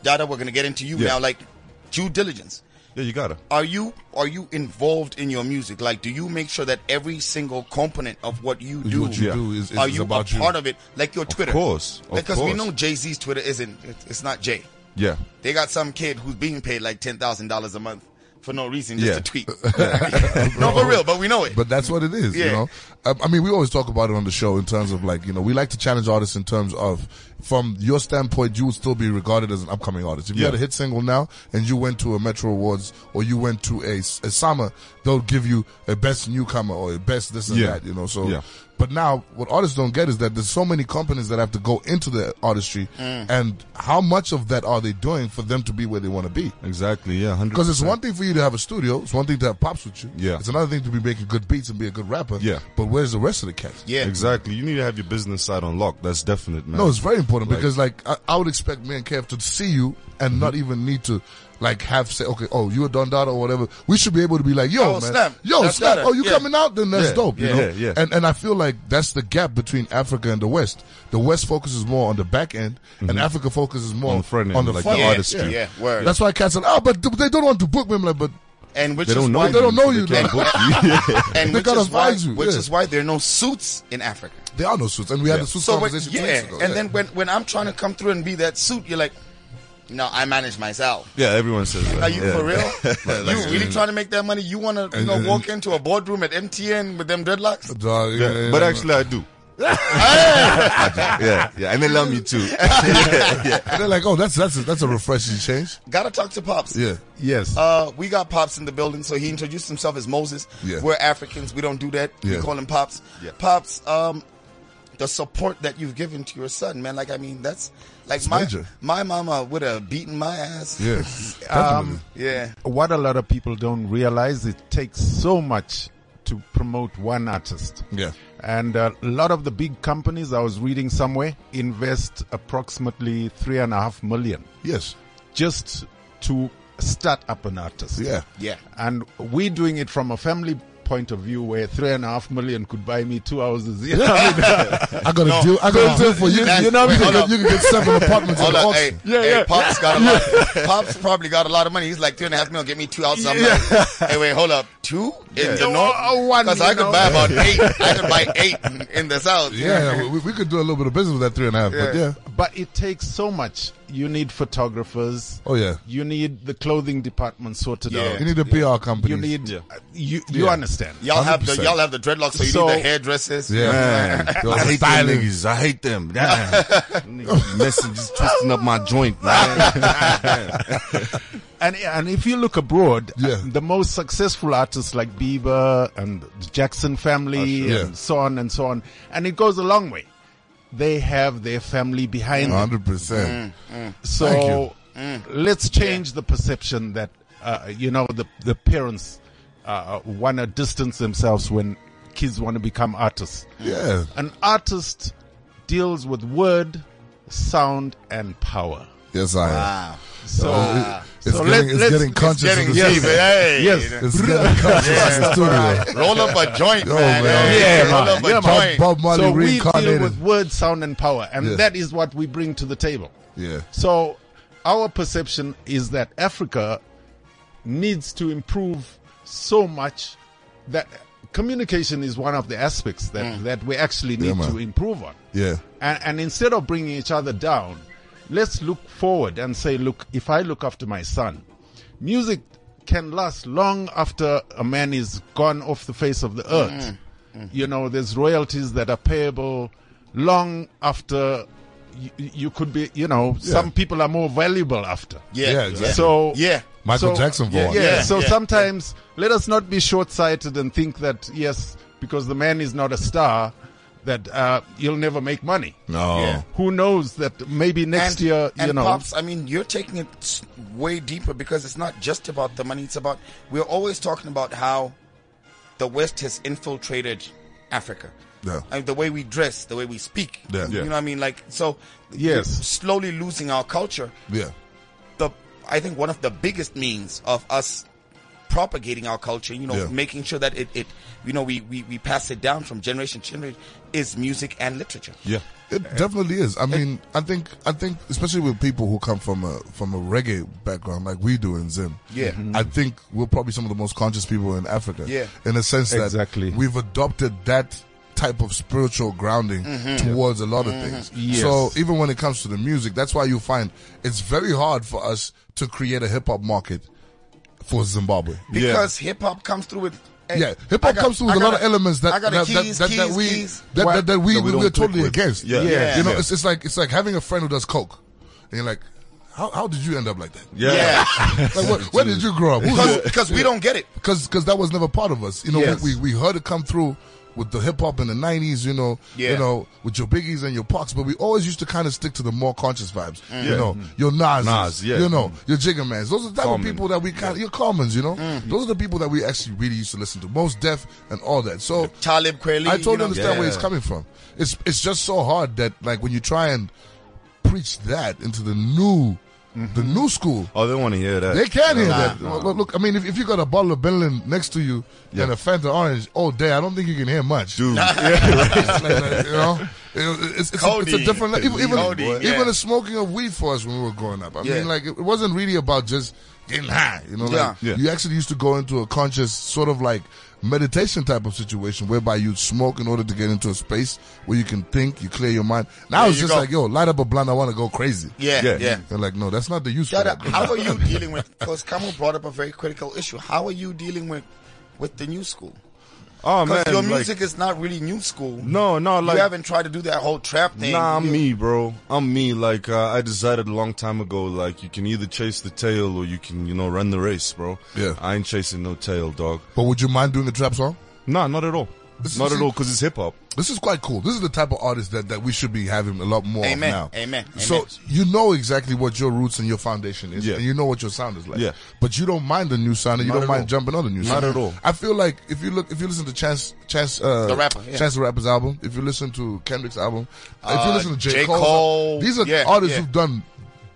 Speaker 3: Dada, we're gonna get into you
Speaker 5: Yeah.
Speaker 3: now. Like due diligence.
Speaker 5: Yeah, you gotta.
Speaker 3: are you are you involved in your music? Like, do you make sure that every single component of what you do,
Speaker 4: What you Yeah. do is- is-
Speaker 3: are
Speaker 4: is
Speaker 3: you
Speaker 4: about
Speaker 3: a
Speaker 4: you.
Speaker 3: part of it? Like your Twitter,
Speaker 5: course, of
Speaker 3: because we
Speaker 5: course.
Speaker 3: know Jay Z's Twitter isn't. it- It's not Jay.
Speaker 5: Yeah.
Speaker 3: They got some kid who's being paid like ten thousand dollars a month for no reason, just
Speaker 5: Yeah.
Speaker 3: to tweet. no, for real, but we know it.
Speaker 4: But that's what it is, you
Speaker 3: Yeah.
Speaker 4: know. I, I mean, we always talk about it on the show in terms of like, you know, we like to challenge artists in terms of, from your standpoint, you would still be regarded as an upcoming artist. If you
Speaker 5: Yeah.
Speaker 4: had a hit single now and you went to a Metro Awards or you went to a, s- a summer, they'll give you a best newcomer or a best this and
Speaker 5: Yeah.
Speaker 4: that, you know. So,
Speaker 5: Yeah.
Speaker 4: but now what artists don't get is that there's so many companies that have to go into the artistry and how much of that are they doing for them to be where they want to be?
Speaker 5: Exactly. Yeah. Hundred.
Speaker 4: Because it's one thing for you to have a studio, it's one thing to have pops with you.
Speaker 5: Yeah.
Speaker 4: It's another thing to be making good beats and be a good rapper.
Speaker 5: Yeah.
Speaker 4: But where's the rest of the cats?
Speaker 3: yeah,
Speaker 5: Exactly. You need to have your business side on lock. That's definite, man.
Speaker 4: No, it's very important
Speaker 5: Like- Mm-hmm.
Speaker 4: because like I, I would expect me and Kev to see you and not even need to like have say, okay, oh, you a Don Dada or whatever. We should be able to be like, yo,
Speaker 3: Oh,
Speaker 4: man,
Speaker 3: snap.
Speaker 4: yo,
Speaker 3: That's
Speaker 4: snap.
Speaker 3: better.
Speaker 4: Oh, you
Speaker 3: Yeah.
Speaker 4: coming out? Then that's
Speaker 5: Yeah.
Speaker 4: dope. You
Speaker 5: Yeah,
Speaker 4: know,
Speaker 5: yeah, yeah.
Speaker 4: and and I feel like that's the gap between Africa and the West. The West focuses more on the back end, and Africa focuses more
Speaker 5: Mm-hmm. On the front end,
Speaker 4: on the
Speaker 5: like
Speaker 4: front
Speaker 5: the
Speaker 4: end.
Speaker 5: artistry.
Speaker 3: Yeah, yeah, word.
Speaker 4: That's why I cats are, oh, but th- they don't want to book me. I'm like, but
Speaker 3: and which
Speaker 5: They
Speaker 3: is
Speaker 5: don't know
Speaker 3: why
Speaker 5: you.
Speaker 4: They don't know you,
Speaker 5: They can't book you. Yeah.
Speaker 3: and
Speaker 4: They
Speaker 3: which
Speaker 4: gotta
Speaker 3: is why,
Speaker 4: find you,
Speaker 3: which
Speaker 4: yeah.
Speaker 3: is why there are no suits in Africa.
Speaker 4: there are no suits. And we had
Speaker 5: Yeah.
Speaker 4: the suits
Speaker 3: So when,
Speaker 4: conversation two
Speaker 3: yeah,
Speaker 4: weeks ago.
Speaker 3: and
Speaker 4: yeah.
Speaker 3: then when when I'm trying to come through and be that suit, you're like, no, I manage myself.
Speaker 5: Yeah, everyone says that.
Speaker 3: Are you
Speaker 5: yeah.
Speaker 3: for real? you really trying to make that money? You want to you know walk into a boardroom at MTN with them dreadlocks?
Speaker 4: Dog, yeah, yeah,
Speaker 5: Yeah, but
Speaker 4: yeah.
Speaker 5: actually, I do. I do. Yeah, yeah, and they love me too.
Speaker 4: And they're like, oh, that's that's a, that's a refreshing change.
Speaker 3: Gotta talk to pops.
Speaker 4: Yeah.
Speaker 5: yes.
Speaker 3: Uh, we got pops in the building, so he introduced himself as Moses.
Speaker 4: Yeah.
Speaker 3: We're Africans; we don't do that.
Speaker 4: Yeah.
Speaker 3: We call him pops.
Speaker 5: Yeah.
Speaker 3: Pops, um, the support that you've given to your son, man. Like, I mean, that's like my
Speaker 4: major.
Speaker 3: my mama would have beaten my ass.
Speaker 4: Yeah.
Speaker 6: Um,
Speaker 3: yeah.
Speaker 6: what a lot of people don't realize, it takes so much to promote one artist.
Speaker 4: Yeah.
Speaker 6: And a lot of the big companies I was reading somewhere invest approximately three and a half million
Speaker 4: yes.
Speaker 6: just to start up an artist.
Speaker 4: Yeah.
Speaker 3: Yeah.
Speaker 6: And we're doing it from a family point of view where three and a half million could buy me two houses. You know what I mean?
Speaker 4: I got a deal. I got a deal for you.
Speaker 3: That's-
Speaker 4: you know,
Speaker 3: wait,
Speaker 4: you can,
Speaker 3: hold
Speaker 4: get,
Speaker 3: up.
Speaker 4: you can get seven apartments at
Speaker 3: Hold
Speaker 4: the
Speaker 3: up,
Speaker 4: auction.
Speaker 3: hey, hey, Pops got a lot. Pops probably got a lot of money. He's like two and a half million. Get me two out. I'm like, hey, wait, hold up, two in the north?
Speaker 6: oh, one,
Speaker 3: Because I
Speaker 6: you
Speaker 3: could
Speaker 6: know.
Speaker 3: buy about eight. I could buy eight in the south.
Speaker 4: Yeah, we, we could do a little bit of business with that three and a half. But yeah,
Speaker 6: But it takes so much. You need photographers.
Speaker 4: Oh, yeah.
Speaker 6: You need the clothing department sorted
Speaker 3: Yeah.
Speaker 6: out.
Speaker 4: you need a PR company.
Speaker 6: You need uh,
Speaker 5: Yeah.
Speaker 6: you you
Speaker 4: Yeah.
Speaker 6: understand.
Speaker 3: Y'all have the
Speaker 5: 100%.
Speaker 3: y'all have the dreadlocks, so you
Speaker 6: So-
Speaker 3: need the hairdressers.
Speaker 4: Yeah.
Speaker 5: Man,
Speaker 4: Yo,
Speaker 5: I hate them
Speaker 4: styling.
Speaker 5: niggas. I hate them. Damn. Messing, just twisting up my joint, man.
Speaker 6: And and if you look abroad,
Speaker 4: Yeah.
Speaker 6: uh, the most successful artists like Bieber and the Jackson family
Speaker 4: sure.
Speaker 6: and
Speaker 4: Yeah.
Speaker 6: so on and so on, and it goes a long way. They have their family behind them.
Speaker 4: hundred percent.
Speaker 6: So Mm. let's change the perception that uh, you know the the parents uh, want to distance themselves when kids want to become artists.
Speaker 4: Yeah,
Speaker 6: An artist deals with word, sound, and power.
Speaker 4: yes, I am.
Speaker 6: So,
Speaker 4: It's
Speaker 6: so
Speaker 4: getting, it's
Speaker 6: let's-
Speaker 4: getting conscious.
Speaker 3: Getting
Speaker 4: of the
Speaker 3: deep.
Speaker 4: studio.
Speaker 3: Hey.
Speaker 6: yes,
Speaker 4: It's getting conscious of the studio.
Speaker 3: Roll up a joint,
Speaker 4: Yo,
Speaker 3: man.
Speaker 4: Oh, man.
Speaker 3: Hey,
Speaker 6: Yeah,
Speaker 3: roll
Speaker 6: man.
Speaker 3: up a
Speaker 6: Yeah, man.
Speaker 3: joint.
Speaker 4: Bob Marley
Speaker 6: so we deal
Speaker 4: reincarnated.
Speaker 6: with word, sound, and power, and
Speaker 4: Yeah.
Speaker 6: that is what we bring to the table.
Speaker 4: yeah,
Speaker 6: So our perception is that Africa needs to improve so much that communication is one of the aspects that, that we actually need
Speaker 4: man.
Speaker 6: to improve on.
Speaker 4: yeah,
Speaker 6: And, and instead of bringing each other down, let's look forward and say, look, if I look after my son, music can last long after a man is gone off the face of the earth. You know, there's royalties that are payable long after you, you could be, you know, some people are more valuable after.
Speaker 3: Yeah,
Speaker 4: Yeah, exactly.
Speaker 6: So,
Speaker 3: Yeah.
Speaker 4: Michael
Speaker 6: so-
Speaker 4: Jackson for
Speaker 6: yeah,
Speaker 4: one.
Speaker 6: yeah.
Speaker 3: Yeah,
Speaker 6: so
Speaker 3: yeah,
Speaker 6: sometimes let us not be short-sighted and think that yes, because the man is not a star, that uh, you'll never make money.
Speaker 5: No.
Speaker 3: Yeah.
Speaker 6: Who knows that maybe next
Speaker 3: And-
Speaker 6: year,
Speaker 3: and
Speaker 6: you know,
Speaker 3: pops, I mean, you're taking it s- way deeper because it's not just about the money. It's about we're always talking about how the West has infiltrated Africa.
Speaker 4: Yeah.
Speaker 3: And the way we dress, the way we speak.
Speaker 4: Yeah.
Speaker 3: You
Speaker 4: Yeah.
Speaker 3: know what I mean? Like so.
Speaker 6: Yes.
Speaker 3: we're Slowly losing our culture.
Speaker 4: yeah.
Speaker 3: the I think one of the biggest means of us propagating our culture, you know,
Speaker 4: Yeah.
Speaker 3: making sure that it, it you know, we, we, we pass it down from generation to generation is music and literature.
Speaker 5: Yeah.
Speaker 4: It definitely is. I mean, I think, I think, especially with people who come from a from a reggae background like we do in Zim.
Speaker 3: Yeah.
Speaker 5: Mm-hmm.
Speaker 4: I think we're probably some of the most conscious people in Africa.
Speaker 3: Yeah.
Speaker 4: in a sense that
Speaker 6: Exactly.
Speaker 4: we've adopted that type of spiritual grounding
Speaker 3: Mm-hmm.
Speaker 4: towards a lot of things.
Speaker 6: Yes.
Speaker 4: So even when it comes to the music, that's why you find it's very hard for us to create a hip hop market for Zimbabwe.
Speaker 3: Because hip hop comes through with eh,
Speaker 4: Yeah,
Speaker 3: I
Speaker 4: hip hop
Speaker 3: got-
Speaker 4: comes through
Speaker 3: I
Speaker 4: with a
Speaker 3: got
Speaker 4: lot of elements
Speaker 3: I
Speaker 4: that
Speaker 3: got
Speaker 4: that,
Speaker 3: a
Speaker 4: that,
Speaker 3: keys,
Speaker 4: that, that
Speaker 3: keys,
Speaker 4: we
Speaker 3: keys.
Speaker 4: that, that, that we
Speaker 5: That
Speaker 4: we
Speaker 5: we don't
Speaker 4: are
Speaker 5: click
Speaker 4: totally
Speaker 5: with.
Speaker 4: against.
Speaker 5: Yeah.
Speaker 6: Yeah.
Speaker 4: you know,
Speaker 5: Yeah.
Speaker 4: it's, it's like it's like having a friend who does coke, and you're like, how how did you end up like that?
Speaker 5: Yeah.
Speaker 3: Yeah.
Speaker 4: Like, what, where did you grow up?
Speaker 3: Because because we don't get it.
Speaker 4: Because because that was never part of us. You know,
Speaker 6: Yes.
Speaker 4: we, we we heard it come through. With the hip hop in the '90s, you know,
Speaker 3: Yeah.
Speaker 4: you know, with your Biggies and your Parks, but we always used to kind of stick to the more conscious vibes. You know, your Nas,
Speaker 5: Nas, yeah.
Speaker 4: you know, your Jigga Mans. Those are the type
Speaker 5: Common.
Speaker 4: of people that we kind of your Commons, you know. Those are the people that we actually really used to listen to, most deaf and all that. So
Speaker 3: Talib Kweli.
Speaker 4: I totally
Speaker 3: you know,
Speaker 4: understand where he's
Speaker 5: Yeah.
Speaker 4: coming from. It's it's just so hard that like when you try and preach that into the new The new school.
Speaker 5: Oh, they want to hear that.
Speaker 4: They can hear
Speaker 5: Nah.
Speaker 4: that. Look, look, I mean, if, if you got a bottle of Benlin next to you and a Fanta Orange all day, I don't think you can hear much.
Speaker 5: Dude,
Speaker 4: It's like, like, you know, It- it's, it's, a, it's a
Speaker 3: Codeine.
Speaker 4: different. Even, even,
Speaker 3: Codeine,
Speaker 4: even
Speaker 3: yeah.
Speaker 4: the smoking of weed for us when we were growing up. I
Speaker 3: Yeah.
Speaker 4: mean, like it wasn't really about just getting high. You know, like
Speaker 3: Yeah.
Speaker 5: Yeah.
Speaker 4: you actually used to go into a conscious sort of like meditation type of situation whereby you smoke in order to get into a space where you can think, you clear your mind. Now
Speaker 3: There
Speaker 4: it's
Speaker 3: you
Speaker 4: just
Speaker 3: go.
Speaker 4: like, yo, light up a blunt. I want to go crazy.
Speaker 3: Yeah, yeah.
Speaker 5: Yeah.
Speaker 4: They're like, no, that's not the use. for
Speaker 3: Dada,
Speaker 4: that.
Speaker 3: how are you dealing with? Because Kamu brought up a very critical issue. How are you dealing with, with the new school?
Speaker 5: oh man,
Speaker 3: Because your
Speaker 5: like-
Speaker 3: music is not really new school.
Speaker 5: no, no, like
Speaker 3: you haven't tried to do that whole trap thing.
Speaker 5: Nah, I'm
Speaker 3: You-
Speaker 5: me, bro. I'm me. Like uh, I decided a long time ago. Like you can either chase the tail or you can, you know, run the race, bro.
Speaker 4: Yeah.
Speaker 5: I ain't chasing no tail, dog.
Speaker 4: But would you mind doing a trap song?
Speaker 5: Nah, not at all.
Speaker 4: This
Speaker 5: not
Speaker 4: is-
Speaker 5: at all, because it's hip hop.
Speaker 4: This is quite cool. This is the type of artist that, that we should be having a lot more
Speaker 3: Amen.
Speaker 4: of now.
Speaker 3: Amen.
Speaker 4: So
Speaker 3: Amen.
Speaker 4: you know exactly what your roots and your foundation is,
Speaker 5: Yeah.
Speaker 4: and you know what your sound is like.
Speaker 5: Yeah.
Speaker 4: But you don't mind the new sound, and you
Speaker 5: Not
Speaker 4: don't
Speaker 5: at
Speaker 4: mind
Speaker 5: all.
Speaker 4: jumping on the new
Speaker 5: Not
Speaker 4: sound.
Speaker 5: at all.
Speaker 4: I feel like if you look, if you listen to Chance, Chance, uh,
Speaker 3: The rapper, yeah.
Speaker 4: Chance the Rapper's album, if you listen to Kendrick's album, if you
Speaker 3: Uh,
Speaker 4: listen to J,
Speaker 3: J.
Speaker 4: Cole's-
Speaker 3: Cole.
Speaker 4: these are
Speaker 3: Yeah,
Speaker 4: artists
Speaker 3: yeah.
Speaker 4: who've done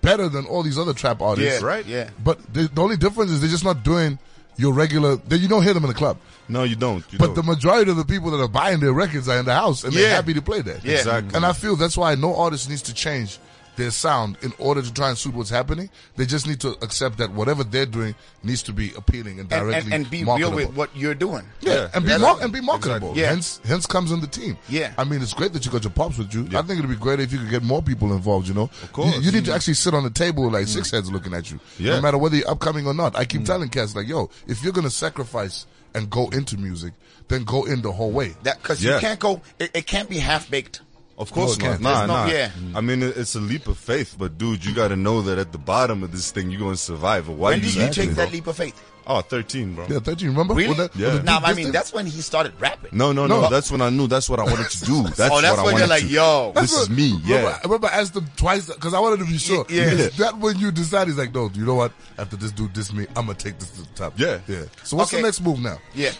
Speaker 4: better than all these other trap
Speaker 3: yeah,
Speaker 4: artists.
Speaker 5: right?
Speaker 3: Yeah.
Speaker 4: But the, the only difference is they're just not doing your regular. They, you don't hear them in the club.
Speaker 5: No, you don't. You
Speaker 4: But the
Speaker 5: don't.
Speaker 4: majority of the people that are buying their records are in the house and they're
Speaker 3: Yeah.
Speaker 4: happy to play that.
Speaker 3: Yeah.
Speaker 5: Exactly.
Speaker 4: And I feel that's why no artist needs to change their sound in order to try and suit what's happening. They just need to accept that whatever they're doing needs to be appealing and
Speaker 3: And,
Speaker 4: directly
Speaker 3: and, and be
Speaker 4: marketable.
Speaker 3: real with what you're doing.
Speaker 4: yeah.
Speaker 5: Yeah.
Speaker 4: and be
Speaker 3: Yeah.
Speaker 4: mar- and be marketable.
Speaker 3: Yeah.
Speaker 4: Hence, hence comes in the team.
Speaker 3: Yeah.
Speaker 4: I mean, it's great that you got your pops with you. I think it'd be great if you could get more people involved. You know, of
Speaker 5: course.
Speaker 4: you, need to actually sit on the table with like six heads looking at you.
Speaker 5: Yeah.
Speaker 4: no matter whether you're upcoming or not. I keep telling cats like, yo, if you're gonna sacrifice and go into music, then go in the whole way.
Speaker 3: That because
Speaker 5: Yeah.
Speaker 3: you can't go. It, it can't be half baked.
Speaker 5: Of course
Speaker 4: No, it
Speaker 5: not. Nah,
Speaker 3: There's no-
Speaker 5: nah.
Speaker 3: yeah.
Speaker 5: I mean, it- it's a leap of faith, but dude, you gotta know that at the bottom of this thing, you're gonna survive. Or why
Speaker 3: When did you
Speaker 5: laughing,
Speaker 3: take
Speaker 5: bro?
Speaker 3: that leap of faith?
Speaker 5: Oh, 13, bro.
Speaker 4: Yeah, don't you remember?
Speaker 3: Really?
Speaker 4: With that- with
Speaker 5: Yeah.
Speaker 4: the
Speaker 3: Nah,
Speaker 4: deep
Speaker 3: I mean
Speaker 4: distance?
Speaker 3: that's when he started rapping.
Speaker 5: No, no, no,
Speaker 4: No.
Speaker 5: That's when I knew. That's what I wanted to do. That's,
Speaker 3: oh, that's
Speaker 5: what I
Speaker 3: when
Speaker 5: wanted
Speaker 3: you're like,
Speaker 5: to.
Speaker 3: yo.
Speaker 5: This is me. Yeah.
Speaker 4: Remember, I remember I asked him twice because I wanted to be sure.
Speaker 3: yeah.
Speaker 4: Is that when you decide? He's like, no, you know what? After this dude diss me, I'm gonna take this to the top.
Speaker 5: Yeah.
Speaker 4: yeah. So what's
Speaker 3: Okay.
Speaker 4: the next move now?
Speaker 3: Yeah.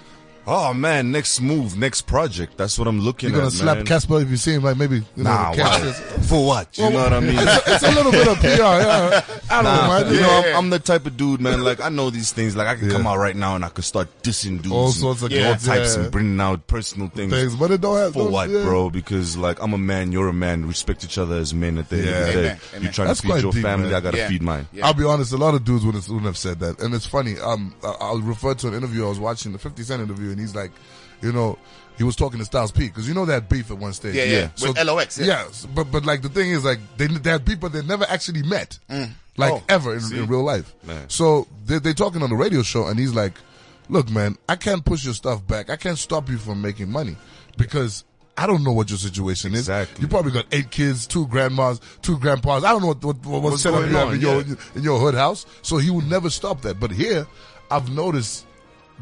Speaker 5: Oh man, next move, next project. That's what I'm looking
Speaker 4: You're gonna
Speaker 5: at.
Speaker 4: slap
Speaker 5: man.
Speaker 4: Casper if you see him, like maybe you
Speaker 5: Nah,
Speaker 4: know, the
Speaker 5: wow.
Speaker 4: Casper.
Speaker 5: for what? You know what I mean?
Speaker 4: It's a little bit of PR. Yeah. I don't
Speaker 5: Nah,
Speaker 4: know, man.
Speaker 5: you
Speaker 4: You
Speaker 5: know,
Speaker 4: know,
Speaker 5: I'm, I'm the type of dude, man. Like I know these things. Like I can come out right now and I could start dissing dudes,
Speaker 4: All
Speaker 5: and
Speaker 4: sorts of
Speaker 5: all
Speaker 4: kids,
Speaker 5: types,
Speaker 4: yeah.
Speaker 5: and bringing out personal things.
Speaker 4: things, but it don't have
Speaker 5: For
Speaker 4: don't-
Speaker 5: what,
Speaker 4: yeah.
Speaker 5: bro? Because like I'm a man, you're a man. Respect each other as men. At the end of
Speaker 4: Yeah.
Speaker 5: the day,
Speaker 3: Amen, amen.
Speaker 5: you're trying
Speaker 4: That's
Speaker 5: to
Speaker 4: quite
Speaker 5: feed your
Speaker 4: deep,
Speaker 5: family.
Speaker 4: man.
Speaker 5: I gotta
Speaker 3: Yeah.
Speaker 5: feed mine.
Speaker 3: Yeah.
Speaker 4: I'll be honest, a lot of dudes wouldn't, wouldn't have said that. And it's funny, um, I, I'll refer to an interview I was watching, the 50 Cent interview, and he's like, you know, he was talking to Styles P, because you know that beef at one stage.
Speaker 3: Yeah, yeah, with LOX, yeah.
Speaker 4: so- but, but like the thing is, like, they, they had beef, but they never actually met.
Speaker 3: Mm.
Speaker 4: Like,
Speaker 3: Oh,
Speaker 4: ever in, in real life.
Speaker 5: Man.
Speaker 4: So they they talking on the radio show, and he's like, look, man, I can't push your stuff back. I can't stop you from making money, because I don't know what your situation is.
Speaker 5: Exactly.
Speaker 4: You probably got eight kids, two grandmas, two grandpas. I don't know what, what, what
Speaker 5: What's
Speaker 4: what's set up
Speaker 5: going
Speaker 4: you have
Speaker 5: on,
Speaker 4: in your,
Speaker 5: yeah.
Speaker 4: in your hood house. So he would never stop that. But here, I've noticed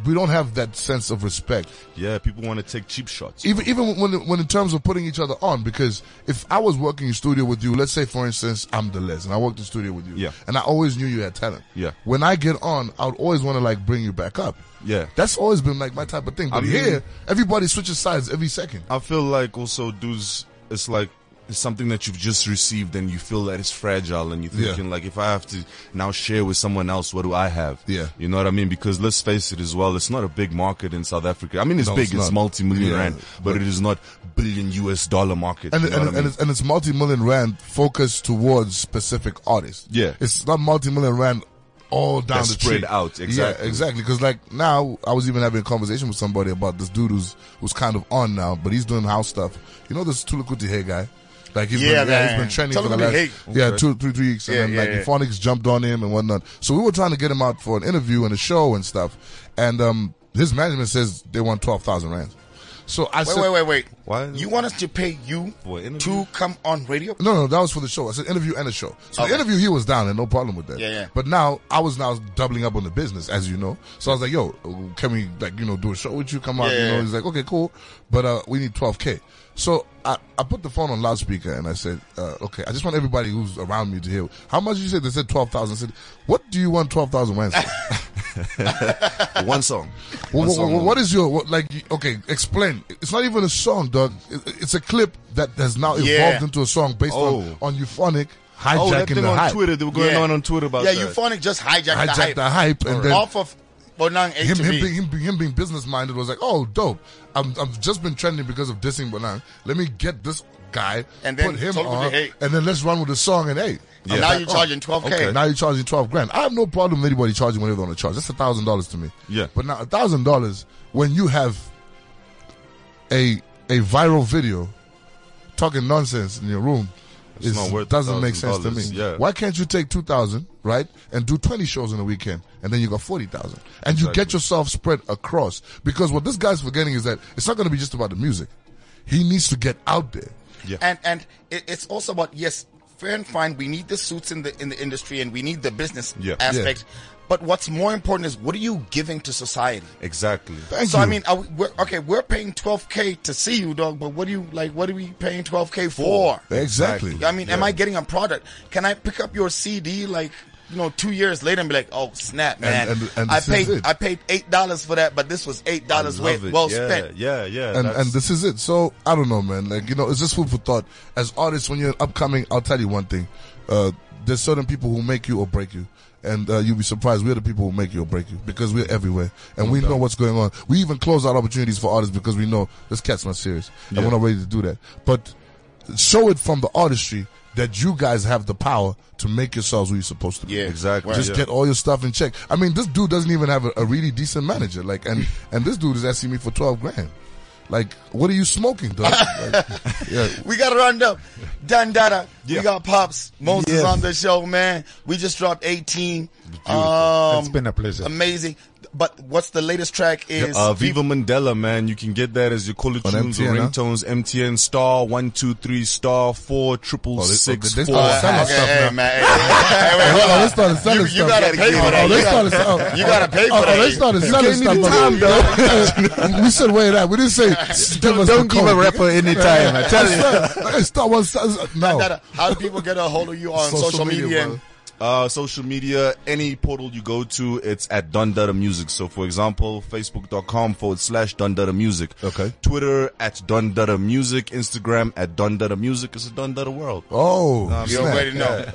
Speaker 4: we don't have that sense of respect.
Speaker 5: Yeah, people want to take cheap shots.
Speaker 4: Even even when when in terms of putting each other on, because if I was working in studio with you, let's say for instance I'm the Les and I worked in studio with you,
Speaker 5: Yeah.
Speaker 4: and I always knew you had talent.
Speaker 5: Yeah.
Speaker 4: When I get on, I would always want to like bring you back up.
Speaker 5: Yeah.
Speaker 4: That's always been like my type of thing. But
Speaker 5: mean-
Speaker 4: here, everybody switches sides every second.
Speaker 5: I feel like also dudes, it's like it's something that you've just received and you feel that it's fragile and you're
Speaker 4: Yeah.
Speaker 5: thinking like, if I have to now share with someone else, what do I have?
Speaker 4: Yeah.
Speaker 5: You know what I mean? Because let's face it as well, it's not a big market in South Africa. I mean, it's
Speaker 4: No,
Speaker 5: big,
Speaker 4: it's
Speaker 5: it's,
Speaker 4: not.
Speaker 5: multi-million
Speaker 4: Yeah.
Speaker 5: rand, but, it is not billion US dollar market.
Speaker 4: and
Speaker 5: you know
Speaker 4: and,
Speaker 5: what I
Speaker 4: and,
Speaker 5: mean?
Speaker 4: it's, and it's multi-million rand focused towards specific artists.
Speaker 5: Yeah.
Speaker 4: it's not multi-million rand all down
Speaker 5: That's
Speaker 4: the
Speaker 5: spread
Speaker 4: tree.
Speaker 5: out, exactly.
Speaker 4: Yeah, exactly. Because like now, I was even having a conversation with somebody about this dude who's who's kind of on now, but he's doing house stuff. You know this Tulukuti Hey guy. Like he's
Speaker 3: Yeah,
Speaker 4: been, yeah, he's
Speaker 3: man.
Speaker 4: been training for the
Speaker 3: Tulukuti
Speaker 4: last
Speaker 3: Hey.
Speaker 4: yeah two three three weeks, and
Speaker 3: Yeah,
Speaker 4: then
Speaker 3: yeah,
Speaker 4: like
Speaker 3: yeah.
Speaker 4: Phonics jumped on him and whatnot. So we were trying to get him out for an interview and a show and stuff. And um, his management says they want twelve thousand rands. So I
Speaker 3: Wait,
Speaker 4: said,
Speaker 3: wait, wait, wait.
Speaker 5: Why-
Speaker 3: You want us to pay you
Speaker 5: For an interview?
Speaker 3: to come on radio?
Speaker 4: No, no, that was for the show. It's an interview and a show. So
Speaker 3: Okay.
Speaker 4: the interview, he was down and no problem with that.
Speaker 3: Yeah, yeah.
Speaker 4: But now I was now doubling up on the business, as you know. So I was like, "Yo, can we like you know do a show with you? Come out,
Speaker 3: Yeah,
Speaker 4: you
Speaker 3: yeah,
Speaker 4: know."
Speaker 3: yeah.
Speaker 4: He's like, "Okay, cool, but uh, we need 12k." So I, I put the phone on loudspeaker and I said, uh, "Okay, I just want everybody who's around me to hear how much you said." They said 12,000. I said, "What do you want 12,000 rands?" for?"
Speaker 5: one song.
Speaker 4: Wha-
Speaker 5: One
Speaker 4: wha-
Speaker 5: song
Speaker 4: wha-
Speaker 5: only.
Speaker 4: what is your what, like? you- Okay, explain. It's not even a song, dog. It- It's a clip that has now evolved
Speaker 3: Yeah.
Speaker 4: into a song based
Speaker 5: Oh.
Speaker 4: on on euphonic
Speaker 5: Oh, that
Speaker 4: hijacking
Speaker 5: thing
Speaker 4: the
Speaker 5: on
Speaker 4: hype.
Speaker 5: Twitter. They were going
Speaker 3: Yeah.
Speaker 5: on on Twitter about
Speaker 3: yeah,
Speaker 5: that.
Speaker 3: Euphonic just hijacked, the
Speaker 4: Hijacked
Speaker 3: hype.
Speaker 4: the hype and then-
Speaker 3: off of Bonang A
Speaker 4: Him,
Speaker 3: to
Speaker 4: him,
Speaker 3: B.
Speaker 4: being, him, being- him being business minded was like, oh, dope. I'm, I've just been trending because of dissing Bonang. Let me get this guy,
Speaker 3: And then
Speaker 4: put him
Speaker 3: totally
Speaker 4: on,
Speaker 3: hate. Oh,
Speaker 4: and then let's run with the song and hey.
Speaker 5: Yeah.
Speaker 4: I'm
Speaker 3: Now
Speaker 4: back
Speaker 3: you're
Speaker 4: on.
Speaker 3: charging 12K.
Speaker 4: Okay, now you're charging 12 grand. I have no problem with anybody charging whatever they want to charge. That's a thousand dollars to me.
Speaker 5: Yeah.
Speaker 4: But now a thousand dollars when you have a, a viral video talking nonsense in your room.
Speaker 5: It's
Speaker 4: is-
Speaker 5: not worth
Speaker 4: doesn't make sense to me.
Speaker 5: $1,000, yeah.
Speaker 4: Why can't you take two thousand, right, and do twenty shows in a weekend, and then you got forty thousand, and you get
Speaker 5: Exactly.
Speaker 4: yourself spread across? Because what this guy's forgetting is that it's not going to be just about the music. He needs to get out there.
Speaker 5: Yeah.
Speaker 3: And and it, it's also about yes, fair and fine. We need the suits in the in the industry, and we need the business
Speaker 5: Yeah. Yeah.
Speaker 3: aspect. But what's more important is what are you giving to society?
Speaker 5: exactly.
Speaker 4: Thank
Speaker 3: so
Speaker 4: you.
Speaker 3: I mean, are we, we're, okay, we're paying 12k to see you, dog. But what do you like? What are we paying 12k for?
Speaker 4: exactly.
Speaker 3: I mean, am I getting a product? Can I pick up your CD like you know two years later and be like, oh snap, man,
Speaker 4: and- and
Speaker 3: I
Speaker 4: this is
Speaker 3: paid
Speaker 4: it.
Speaker 3: I paid eight dollars for that, but this was eight dollars
Speaker 5: Love it.
Speaker 3: well
Speaker 5: yeah,
Speaker 3: spent.
Speaker 5: Yeah, yeah.
Speaker 4: and
Speaker 5: that's-
Speaker 4: and this is it. So I don't know, man. Like you know, it's just food for thought. As artists, when you're upcoming, I'll tell you one thing: uh, there's certain people who make you or break you, and uh, you'll be surprised. We're the people who make you or break you because we're everywhere, and we know what's going on. We even close out opportunities for artists because we know this cat's not serious, and
Speaker 5: Yeah.
Speaker 4: we're not ready to do that. But show it from the artistry that you guys have the power to make yourselves who you're supposed to be.
Speaker 3: Yeah.
Speaker 5: exactly.
Speaker 4: Just
Speaker 5: yeah.
Speaker 4: get all your stuff in check. I mean, this dude doesn't even have a, a really decent manager. Like, and and this dude is asking me for twelve grand. Like, what are you smoking, dog? Like, yeah,
Speaker 3: We got a roundup. Done data.
Speaker 5: Yeah.
Speaker 3: We got Pops. Moses
Speaker 4: Yeah.
Speaker 3: on the show, man. We just dropped 18. Um,
Speaker 6: It's been a pleasure.
Speaker 3: Amazing. But what's the latest track is
Speaker 5: Uh, Viva Mandela, man. You can get that as your caller
Speaker 4: On
Speaker 5: tunes or
Speaker 4: MTN, huh?
Speaker 5: ringtones. MTN star one two three star four triple
Speaker 4: they-
Speaker 5: six
Speaker 4: they- they
Speaker 5: four.
Speaker 4: start selling
Speaker 3: Uh,
Speaker 5: hash.
Speaker 3: okay,
Speaker 4: stuff
Speaker 3: hey,
Speaker 4: now.
Speaker 3: man. Hey, hey, wait, hold
Speaker 4: oh,
Speaker 3: on.
Speaker 4: they started selling
Speaker 3: You,
Speaker 4: stuff.
Speaker 3: you gotta pay for
Speaker 4: Oh,
Speaker 3: that.
Speaker 4: they
Speaker 3: You
Speaker 4: started
Speaker 3: gotta,
Speaker 4: selling.
Speaker 3: you gotta pay for
Speaker 4: Oh,
Speaker 3: that.
Speaker 4: they started selling stuff. dog. we said wait that. We didn't say give us the code.
Speaker 5: any time. I tell
Speaker 4: Hey, Star Wars, uh, no.
Speaker 3: Dada, How do people get a hold of you on social, media? and-
Speaker 4: bro.
Speaker 5: Uh, social media, any portal you go to, it's at Dundada Music. So, for example, facebook.com forward slash Dundada Music.
Speaker 4: Okay.
Speaker 5: Twitter at Dundada Music. Instagram at Dundada Music. It's a Dundada world.
Speaker 4: Oh,
Speaker 3: You
Speaker 4: snap.
Speaker 3: already know.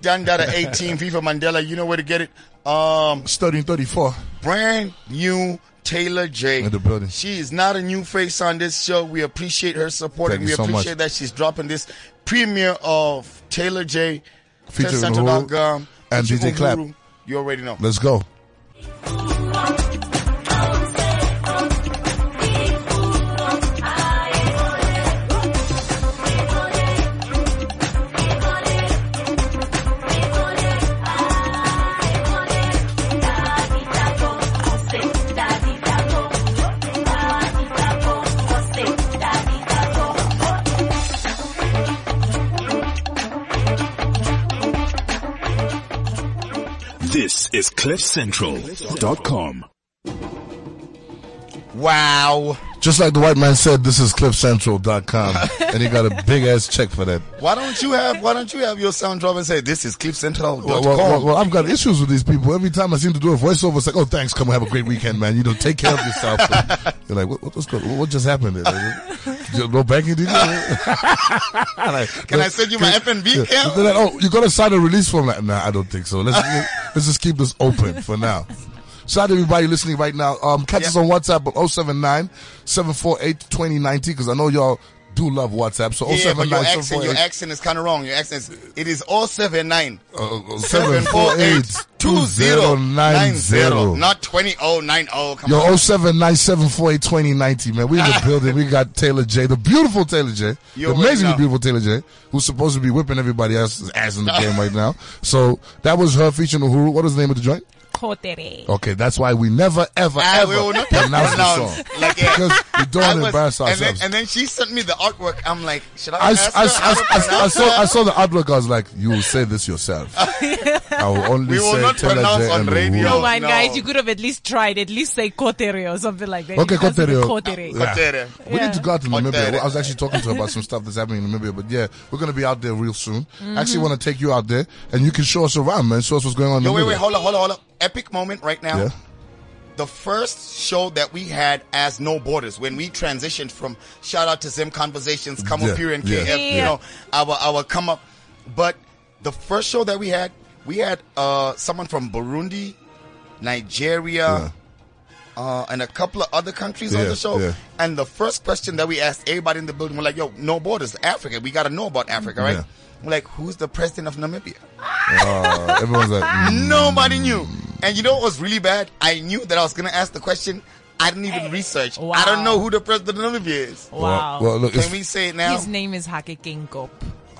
Speaker 3: Done data 18 Viva Mandela. You know where to get it. Um,
Speaker 4: It's 30 and 34.
Speaker 3: brand new Taylor J.
Speaker 4: In the building.
Speaker 3: She is not a new face on this show. We appreciate her support
Speaker 4: Thank
Speaker 3: and we
Speaker 4: you so
Speaker 3: appreciate
Speaker 4: much.
Speaker 3: that she's dropping this premiere of Taylor J.
Speaker 4: Featuring
Speaker 3: TestCentral.com.
Speaker 4: Uhuru and
Speaker 3: Featuring
Speaker 4: DJ Clap.
Speaker 3: Uhuru. You already know.
Speaker 4: Let's go.
Speaker 1: This is CliffCentral.com.
Speaker 3: Wow.
Speaker 4: Just like the white man said, this is CliffCentral.com, and he got a big ass check for that.
Speaker 3: Why don't you have why don't you have your sound drop and say this is clipcentral.com?
Speaker 4: Well, well, well, well, I've got issues with these people. Every time I seem to do a voiceover, it's like, "Oh, thanks, come have a great weekend, man. You know, take care of yourself." You're like, "What, what, what's going, what just happened? There? No banking, did you? Like,
Speaker 3: Can I send you my
Speaker 4: yeah.
Speaker 3: FNB
Speaker 4: They're
Speaker 3: cam?
Speaker 4: like, oh, you got to sign a release form? Like, nah, I don't think so. Let's let's just keep this open for now. Shout out to everybody listening right now. Um, catch us on WhatsApp at 079 748 2090 because I know y'all do love WhatsApp. oh So
Speaker 3: Yeah,
Speaker 4: 079
Speaker 3: but your accent, your
Speaker 4: 748
Speaker 3: accent is kind of wrong. Your accent, is, it is 079.
Speaker 4: uh,
Speaker 3: 748
Speaker 4: 2090.
Speaker 3: Not 20090. oh, Come
Speaker 4: Yo,
Speaker 3: on.
Speaker 4: 079748 2090, man. We in the building. We got Taylor J, the beautiful Taylor J,
Speaker 3: You
Speaker 4: the
Speaker 3: already
Speaker 4: amazingly
Speaker 3: know.
Speaker 4: beautiful Taylor J, who's supposed to be whipping everybody else's ass in the game right now. So that was her featuring Uhuru. What was the name of the joint?
Speaker 7: Kotere.
Speaker 4: Okay, that's why we never, ever,
Speaker 3: I
Speaker 4: ever
Speaker 3: Ah, will not
Speaker 4: pronounce the
Speaker 3: pronounce.
Speaker 4: song.
Speaker 3: Like, yeah.
Speaker 4: Because we
Speaker 3: I
Speaker 4: don't
Speaker 3: was-
Speaker 4: embarrass
Speaker 3: and then,
Speaker 4: ourselves.
Speaker 3: and then she sent me the artwork. I'm like, should I,
Speaker 4: I,
Speaker 3: ask
Speaker 4: I,
Speaker 3: her how to
Speaker 4: I- I- I
Speaker 3: pronounce
Speaker 4: saw, I
Speaker 3: that?
Speaker 4: saw the artwork. I was like, you will say this yourself. I will only
Speaker 3: We will
Speaker 4: say
Speaker 3: not
Speaker 4: Taylor
Speaker 3: pronounce
Speaker 4: J
Speaker 3: on
Speaker 4: and
Speaker 3: radio. Oh,
Speaker 4: Uhuru.
Speaker 7: Come on,
Speaker 3: No.
Speaker 7: guys, you could have at least tried, at least say kotere or something like that.
Speaker 4: Okay,
Speaker 7: It doesn't
Speaker 4: kotere.
Speaker 7: be Kotere.
Speaker 4: Yeah.
Speaker 3: Potato.
Speaker 4: We need to go out to
Speaker 3: Fuck
Speaker 4: Namibia.
Speaker 3: that.
Speaker 4: Well, I was actually talking to her about some stuff that's happening in Namibia, but yeah, we're gonna be out there real soon. I actually want to take you out there and you can show us around, man. Show us what's going on. in
Speaker 3: Mm-hmm. Yo, wait,
Speaker 4: Namibia.
Speaker 3: wait, hold up, hold up, hold up. Epic moment right now.
Speaker 4: Yeah.
Speaker 3: The first show that we had as No Borders when we transitioned from shout out to Zim Conversations, Come Up
Speaker 4: Yeah,
Speaker 3: Here and
Speaker 4: yeah,
Speaker 3: KF, you
Speaker 7: yeah.
Speaker 3: know, our our come up. But the first show that we had, we had uh, someone from Burundi, Nigeria, uh, and a couple of other countries on
Speaker 5: Yeah,
Speaker 3: the show.
Speaker 5: yeah.
Speaker 3: And the first question that we asked everybody in the building, we're like, "Yo, no borders, Africa. We got to know about Africa, right?"
Speaker 5: Yeah.
Speaker 3: We're like, "Who's the president of Namibia?"
Speaker 4: Uh, everyone's like, mm.
Speaker 3: Nobody knew. And you know what was really bad? I knew that I was gonna ask the question. I didn't even research. I don't
Speaker 7: Eh, Wow.
Speaker 3: know who the president of Namibia is.
Speaker 7: Wow.
Speaker 4: well, look,
Speaker 3: Can
Speaker 4: it's
Speaker 3: we say it now?
Speaker 7: His name is Hake Kingop.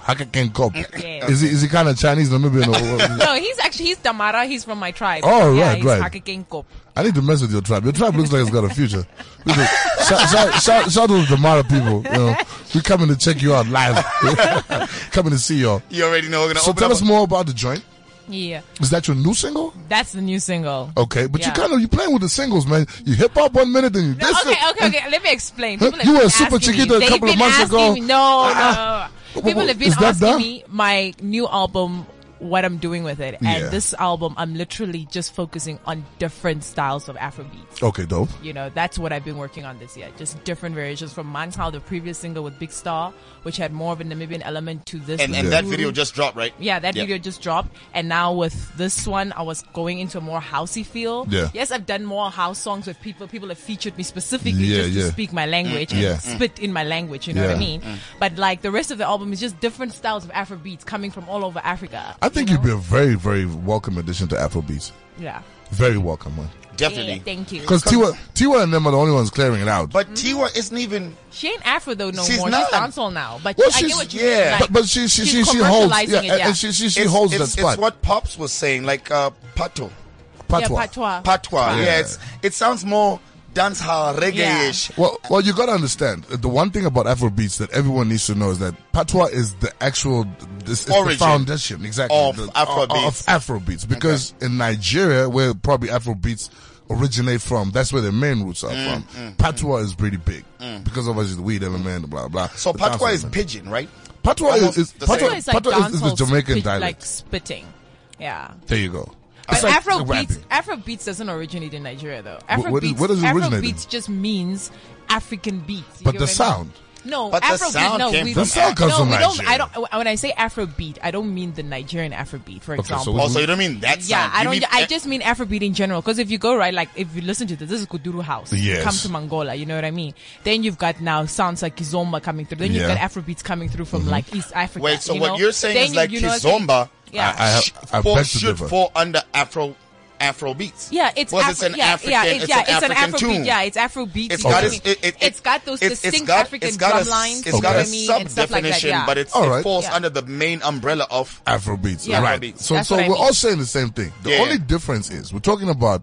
Speaker 4: Hakaken Cop.
Speaker 7: Yeah.
Speaker 4: Is he, is he kind of Chinese Namibian? Or,
Speaker 7: No, he's actually he's Damara. He's from my tribe.
Speaker 4: Oh,
Speaker 7: yeah,
Speaker 4: right,
Speaker 7: he's
Speaker 4: right.
Speaker 7: Hake Kingop.
Speaker 4: I need to mess with your tribe. Your tribe looks like it's got a future. Look at- shout, shout, shout, shout out to the Mara people. You know, we're coming to check you out live. coming to see y'all.
Speaker 3: You already know we're gonna
Speaker 4: So
Speaker 3: open
Speaker 4: tell
Speaker 3: up
Speaker 4: us more about the joint.
Speaker 7: Yeah,
Speaker 4: Is that your new single?
Speaker 7: that's the new single.
Speaker 4: Okay, but you
Speaker 7: Yeah.
Speaker 4: kind of you playing with the singles, man. You hip hop one minute, then you
Speaker 7: No,
Speaker 4: this.
Speaker 7: okay, okay, okay. Let me explain.
Speaker 4: Huh?
Speaker 7: People have
Speaker 4: You were
Speaker 7: been
Speaker 4: super
Speaker 7: asking me.
Speaker 4: chiquita a
Speaker 7: They've
Speaker 4: couple of
Speaker 7: been
Speaker 4: months
Speaker 7: asking
Speaker 4: ago.
Speaker 7: Me. No, no.
Speaker 4: Wh- wh-
Speaker 7: People have been
Speaker 4: is that
Speaker 7: asking
Speaker 4: done?
Speaker 7: me my new album, what I'm doing with it, and
Speaker 4: Yeah.
Speaker 7: this album, I'm literally just focusing on different styles of Afrobeats.
Speaker 4: Okay, dope.
Speaker 7: You know, that's what I've been working on this year. Just different variations from Mantal, the previous single with Big Star, which had more of a Namibian element to this.
Speaker 3: and, and
Speaker 7: with
Speaker 3: that
Speaker 7: Guru.
Speaker 3: video just dropped, right?
Speaker 7: Mm-hmm. Yeah, that
Speaker 3: Yeah.
Speaker 7: video just dropped, and now with this one, I was going into a more housey feel.
Speaker 4: Yeah.
Speaker 7: Yes, I've done more house songs with people. People have featured me specifically
Speaker 4: Yeah,
Speaker 7: just
Speaker 4: yeah.
Speaker 7: to speak my language and
Speaker 4: Yeah.
Speaker 7: spit in my language. You know what
Speaker 4: Yeah. Mm.
Speaker 7: I mean? But like the rest of the album is just different styles of Afro beats coming from all over Africa.
Speaker 4: I think
Speaker 7: you
Speaker 4: you'd be a very, very welcome addition to Afrobeats.
Speaker 7: be. Yeah.
Speaker 4: Very welcome one.
Speaker 3: Definitely.
Speaker 7: Yeah, thank you.
Speaker 4: Because Tiwa, Tiwa and them are the only ones clearing it out.
Speaker 3: But Tiwa
Speaker 7: Mm-hmm.
Speaker 3: isn't even.
Speaker 7: She ain't Afro though no
Speaker 3: She's
Speaker 7: more.
Speaker 3: not.
Speaker 7: She's dancehall now. But
Speaker 4: Well,
Speaker 7: I
Speaker 4: she's-
Speaker 7: get what you
Speaker 3: yeah.
Speaker 7: mean. Like,
Speaker 4: but, but she she she,
Speaker 7: she's
Speaker 4: she holds
Speaker 7: commercializing
Speaker 4: yeah,
Speaker 7: it, yeah.
Speaker 4: and she she, she holds
Speaker 3: it's,
Speaker 4: that spot.
Speaker 3: It's what Pops was saying, like uh, pato,
Speaker 7: Uh-huh. yeah,
Speaker 4: Patois.
Speaker 7: patois.
Speaker 3: patois. Yeah,
Speaker 4: Yeah.
Speaker 3: it's, it sounds more dancehall reggae-ish.
Speaker 4: Well, well, you gotta understand uh, the one thing about Afrobeats that everyone needs to know is that patois is the actual this is the
Speaker 3: Origin
Speaker 4: foundation exactly
Speaker 3: of
Speaker 4: the- uh,
Speaker 3: Afrobeats.
Speaker 4: of Afrobeats because in Nigeria where probably Afrobeats originate from, that's where their main roots are
Speaker 3: Mm,
Speaker 4: from. Patois is pretty big because obviously the weed element, blah blah.
Speaker 3: So
Speaker 4: the
Speaker 3: patois
Speaker 4: dancehall
Speaker 3: is
Speaker 4: element.
Speaker 3: pigeon, right?
Speaker 4: patois
Speaker 3: almost
Speaker 4: is, is
Speaker 3: the same.
Speaker 4: patois,
Speaker 7: Patois is like
Speaker 4: patois is- is the
Speaker 7: dancehall
Speaker 4: Jamaican
Speaker 7: spit-
Speaker 4: dialect.
Speaker 7: like spitting. Yeah.
Speaker 4: there you go.
Speaker 7: But
Speaker 4: It's like
Speaker 7: Afro
Speaker 4: rapping.
Speaker 7: beats, Afro beats doesn't originate in Nigeria though.
Speaker 4: Wh-
Speaker 7: Afro
Speaker 4: what is-
Speaker 7: beats,
Speaker 4: where does it
Speaker 7: Afro
Speaker 4: originate
Speaker 7: beats just means African beats. you
Speaker 4: But
Speaker 7: get
Speaker 4: the
Speaker 7: what I mean?
Speaker 4: sound.
Speaker 7: No,
Speaker 3: But the
Speaker 7: Afro
Speaker 3: sound
Speaker 7: beats. No,
Speaker 3: came
Speaker 7: we
Speaker 3: from
Speaker 4: The sound comes
Speaker 7: no,
Speaker 4: from
Speaker 7: we don't.
Speaker 4: Nigeria.
Speaker 7: I don't. When I say Afro beat, I don't mean the Nigerian Afro beat. For
Speaker 4: so
Speaker 7: example,
Speaker 4: what-
Speaker 3: Also, you don't mean that sound.
Speaker 7: yeah, I
Speaker 3: You
Speaker 7: don't.
Speaker 3: mean- eh,
Speaker 7: I just mean Afrobeat in general. Because if you go right, like if you listen to this, this is Kuduru House.
Speaker 4: Yes.
Speaker 7: Come to Mangola, you know what I mean. Then you've got now sounds like Kizomba coming through. Then
Speaker 4: Yeah. Mm-hmm.
Speaker 7: you've got Afrobeats coming through from like East Africa.
Speaker 3: Wait, so
Speaker 7: you
Speaker 3: what
Speaker 7: know?
Speaker 3: you're saying
Speaker 7: Then
Speaker 3: is
Speaker 7: you-
Speaker 3: like
Speaker 7: you know,
Speaker 3: Kizomba
Speaker 7: Yeah.
Speaker 4: I have-
Speaker 3: sh-
Speaker 4: I
Speaker 3: fall-
Speaker 4: beg to
Speaker 3: should
Speaker 4: differ.
Speaker 3: fall under Afro Afro beats.
Speaker 7: Yeah, it's
Speaker 3: because
Speaker 7: Afro,
Speaker 3: it's an
Speaker 7: yeah,
Speaker 3: African,
Speaker 7: yeah,
Speaker 3: it's,
Speaker 7: it's, yeah,
Speaker 3: an African
Speaker 7: Afrobeat.
Speaker 3: tune.
Speaker 7: Yeah, it's Afrobeat.
Speaker 3: It's
Speaker 7: you know
Speaker 3: got
Speaker 7: what I
Speaker 3: its,
Speaker 7: mean?
Speaker 3: it, it,
Speaker 7: it's got those
Speaker 3: it's- it's
Speaker 7: distinct
Speaker 3: got-
Speaker 7: African
Speaker 3: it's got
Speaker 7: drum
Speaker 3: a,
Speaker 7: lines.
Speaker 3: It's got
Speaker 7: you know what
Speaker 3: a
Speaker 7: I mean, and
Speaker 3: sub
Speaker 7: stuff like that,
Speaker 3: definition,
Speaker 7: yeah.
Speaker 3: but it's,
Speaker 4: All
Speaker 3: it
Speaker 4: right.
Speaker 3: falls
Speaker 7: Yeah.
Speaker 3: under the main umbrella of
Speaker 4: Afrobeats,
Speaker 7: Yeah.
Speaker 4: right?
Speaker 3: Afrobeats.
Speaker 4: So,
Speaker 7: That's
Speaker 4: so
Speaker 7: what I
Speaker 4: we're
Speaker 7: mean.
Speaker 4: all saying the same thing. The
Speaker 3: Yeah.
Speaker 4: only difference is we're talking about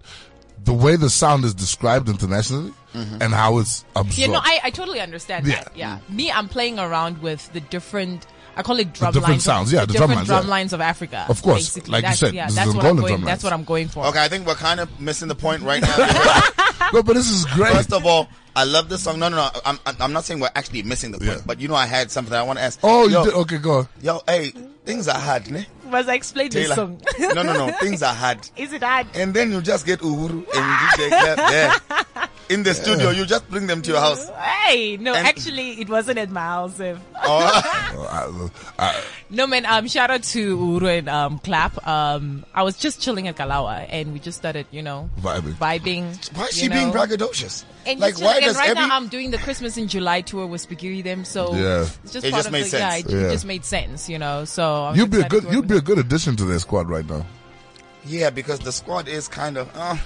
Speaker 4: the way the sound is described internationally and how it's absorbed.
Speaker 7: Yeah, no, Mm-hmm. I, I totally understand
Speaker 4: Yeah.
Speaker 7: that. Yeah. Me, I'm playing around with the different, I call it drum
Speaker 4: different
Speaker 7: lines.
Speaker 4: sounds, yeah, the drum
Speaker 7: different
Speaker 4: lines,
Speaker 7: drum
Speaker 4: yeah.
Speaker 7: lines of Africa.
Speaker 4: Of course,
Speaker 7: basically.
Speaker 4: like you
Speaker 7: That's-
Speaker 4: said,
Speaker 7: yeah,
Speaker 4: this is
Speaker 7: that's what
Speaker 4: Angolan
Speaker 7: I'm going,
Speaker 4: drum lines.
Speaker 7: That's what I'm going for.
Speaker 3: Okay, I think we're kind of missing the point right now.
Speaker 4: no, but this is great.
Speaker 3: First of all, I love this song. No, no, no. I'm, I'm- I'm not saying we're actually missing the point,
Speaker 4: Yeah.
Speaker 3: but you know, I had something I want to ask.
Speaker 4: oh, you
Speaker 3: yo,
Speaker 4: did, okay, go. on.
Speaker 3: yo, hey, things are hard, ne?
Speaker 7: Must I explain this
Speaker 3: Taylor.
Speaker 7: song?
Speaker 3: no, no, no. Things are hard.
Speaker 7: Is it hard?
Speaker 3: and then you just get Uhuru and DJ Khaled there. In the studio, you just bring them to your house.
Speaker 7: Hey, no,
Speaker 3: And-
Speaker 7: actually, it wasn't at my house. eh.
Speaker 3: Oh,
Speaker 4: Oh, I- I-
Speaker 7: No, man, um, shout out to Uru and um, Clap. Um, I was just chilling at Kalawa and we just started, you know,
Speaker 4: Vibing.
Speaker 7: vibing.
Speaker 3: why is
Speaker 7: you
Speaker 3: she being
Speaker 7: know?
Speaker 3: braggadocious?
Speaker 7: And
Speaker 3: like,
Speaker 7: it's just-
Speaker 3: why
Speaker 7: and
Speaker 3: does
Speaker 7: right
Speaker 3: every
Speaker 7: now I'm doing the Christmas in July tour with Spaghetti them, so
Speaker 4: Yeah.
Speaker 7: it's just
Speaker 3: It
Speaker 7: part
Speaker 3: just
Speaker 7: of
Speaker 3: made
Speaker 7: the,
Speaker 3: sense.
Speaker 7: Yeah, it, it
Speaker 4: Yeah.
Speaker 7: just made sense, you know. So I was
Speaker 4: you'd be a
Speaker 7: excited
Speaker 4: good,
Speaker 7: to work
Speaker 4: you'd
Speaker 7: with
Speaker 4: be a good addition to their squad right now.
Speaker 3: yeah? Because the squad is kind of uh,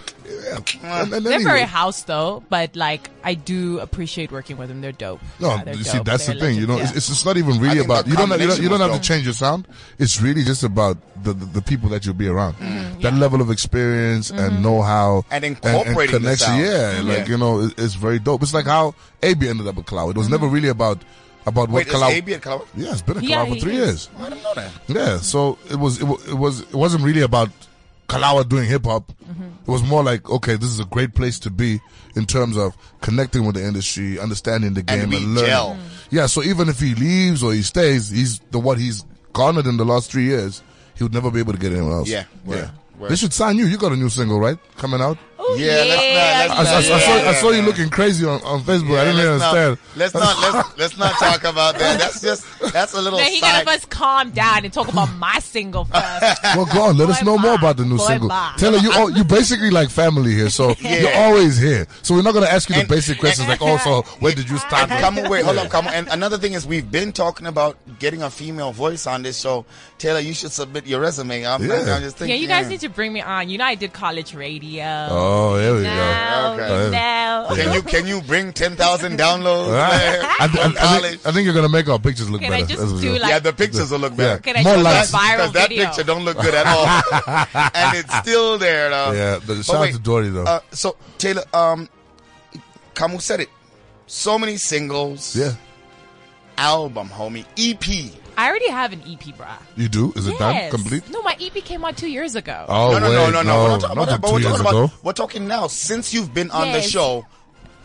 Speaker 4: And, and
Speaker 7: them. They're
Speaker 4: anyway-
Speaker 7: very house though, but like I do appreciate working with them. They're dope.
Speaker 4: No,
Speaker 7: Yeah, they're
Speaker 4: you
Speaker 7: dope.
Speaker 4: see, that's
Speaker 7: They're
Speaker 4: the thing. You know,
Speaker 7: legends,
Speaker 4: it's, it's just not even really
Speaker 3: think
Speaker 4: about
Speaker 3: that
Speaker 4: you don't have, you don't, you don't have
Speaker 3: combination was
Speaker 4: to change your sound. It's really just about the the, the people that you'll be around,
Speaker 7: Mm-hmm,
Speaker 4: that level of experience and know how
Speaker 3: And incorporating the
Speaker 4: connection.
Speaker 3: sound. Mm-hmm.
Speaker 4: Yeah, like
Speaker 3: Yeah.
Speaker 4: you know, it, it's very dope. It's like how AB ended up at Cloud. It
Speaker 7: Mm-hmm.
Speaker 4: was never really about about what
Speaker 3: wait, is
Speaker 4: Cloud.
Speaker 3: AB at Calabar?
Speaker 4: yeah, it's been at
Speaker 7: Yeah,
Speaker 4: Cloud for
Speaker 7: he
Speaker 4: three
Speaker 7: is.
Speaker 4: years.
Speaker 3: I don't know that.
Speaker 4: Yeah, so it was it, wa- it was it wasn't really about Kalawa doing hip hop. It was more like okay, this is a great place to be in terms of connecting with the industry, understanding the game,
Speaker 3: we
Speaker 4: and, learning.
Speaker 3: gel. Mm.
Speaker 4: Yeah, so even if he leaves or he stays, he's the what he's garnered in the last three years. He would never be able to get anywhere else.
Speaker 3: Yeah,
Speaker 4: yeah.
Speaker 3: word, word.
Speaker 4: They should sign you. You got a new single, right? Coming out.
Speaker 7: yeah. Oh,
Speaker 3: Yeah, let's not-
Speaker 4: I, I- I saw, I saw you looking crazy on, on Facebook. I didn't
Speaker 3: Yeah, let's
Speaker 4: understand.
Speaker 3: Not, let's not let's let's not talk about that. That's just that's a little
Speaker 7: Then he
Speaker 3: side.
Speaker 7: gotta us calm down and talk about my single first.
Speaker 4: Well, go on. Let us
Speaker 7: Boy,
Speaker 4: know more
Speaker 7: bye.
Speaker 4: about the new
Speaker 7: Boy,
Speaker 4: single.
Speaker 7: bye.
Speaker 4: Taylor, you oh, you basically like family here, so you're always here. So we're not gonna ask you the
Speaker 3: And-
Speaker 4: basic questions like, oh, so where did you start?
Speaker 3: and come away, hold on, come on. And another thing is, we've been talking about getting a female voice on this show. Taylor, you should submit your resume. I'm,
Speaker 4: Yeah.
Speaker 3: I'm just
Speaker 7: yeah,
Speaker 3: thinking.
Speaker 7: you guys need to bring me on. You know, I did college radio.
Speaker 4: Oh, here we go.
Speaker 7: now,
Speaker 3: Okay.
Speaker 7: now.
Speaker 3: Can you can you bring ten thousand downloads? man,
Speaker 4: I, I- I
Speaker 3: from college?
Speaker 4: think, I think you're gonna make our pictures look
Speaker 7: Can
Speaker 4: better.
Speaker 7: I just
Speaker 4: That's what
Speaker 7: do
Speaker 4: you're-
Speaker 7: like?
Speaker 3: yeah, the pictures will look better.
Speaker 7: can I
Speaker 4: More
Speaker 7: do like
Speaker 4: likes.
Speaker 7: a viral
Speaker 3: Because that
Speaker 7: video?
Speaker 3: picture don't look good at all, and it's still there. Though.
Speaker 4: Yeah, the-
Speaker 3: But
Speaker 4: shout out
Speaker 3: wait,
Speaker 4: to Dory, though.
Speaker 3: Uh, so Taylor, um, Kamu said it. So many singles.
Speaker 4: yeah,
Speaker 3: Album, homie. E EP.
Speaker 7: I already have an EP, bruh.
Speaker 4: you do. Is it done?
Speaker 7: Yes.
Speaker 4: Complete?
Speaker 7: No, my EP came out two years ago.
Speaker 4: Oh
Speaker 3: no, no,
Speaker 4: wait,
Speaker 3: no, no, no. We're not talking about
Speaker 4: not
Speaker 3: that.
Speaker 4: for
Speaker 3: But we're
Speaker 4: two years
Speaker 3: talking
Speaker 4: ago.
Speaker 3: about we're talking now. Since you've been on the
Speaker 7: Yes.
Speaker 3: show,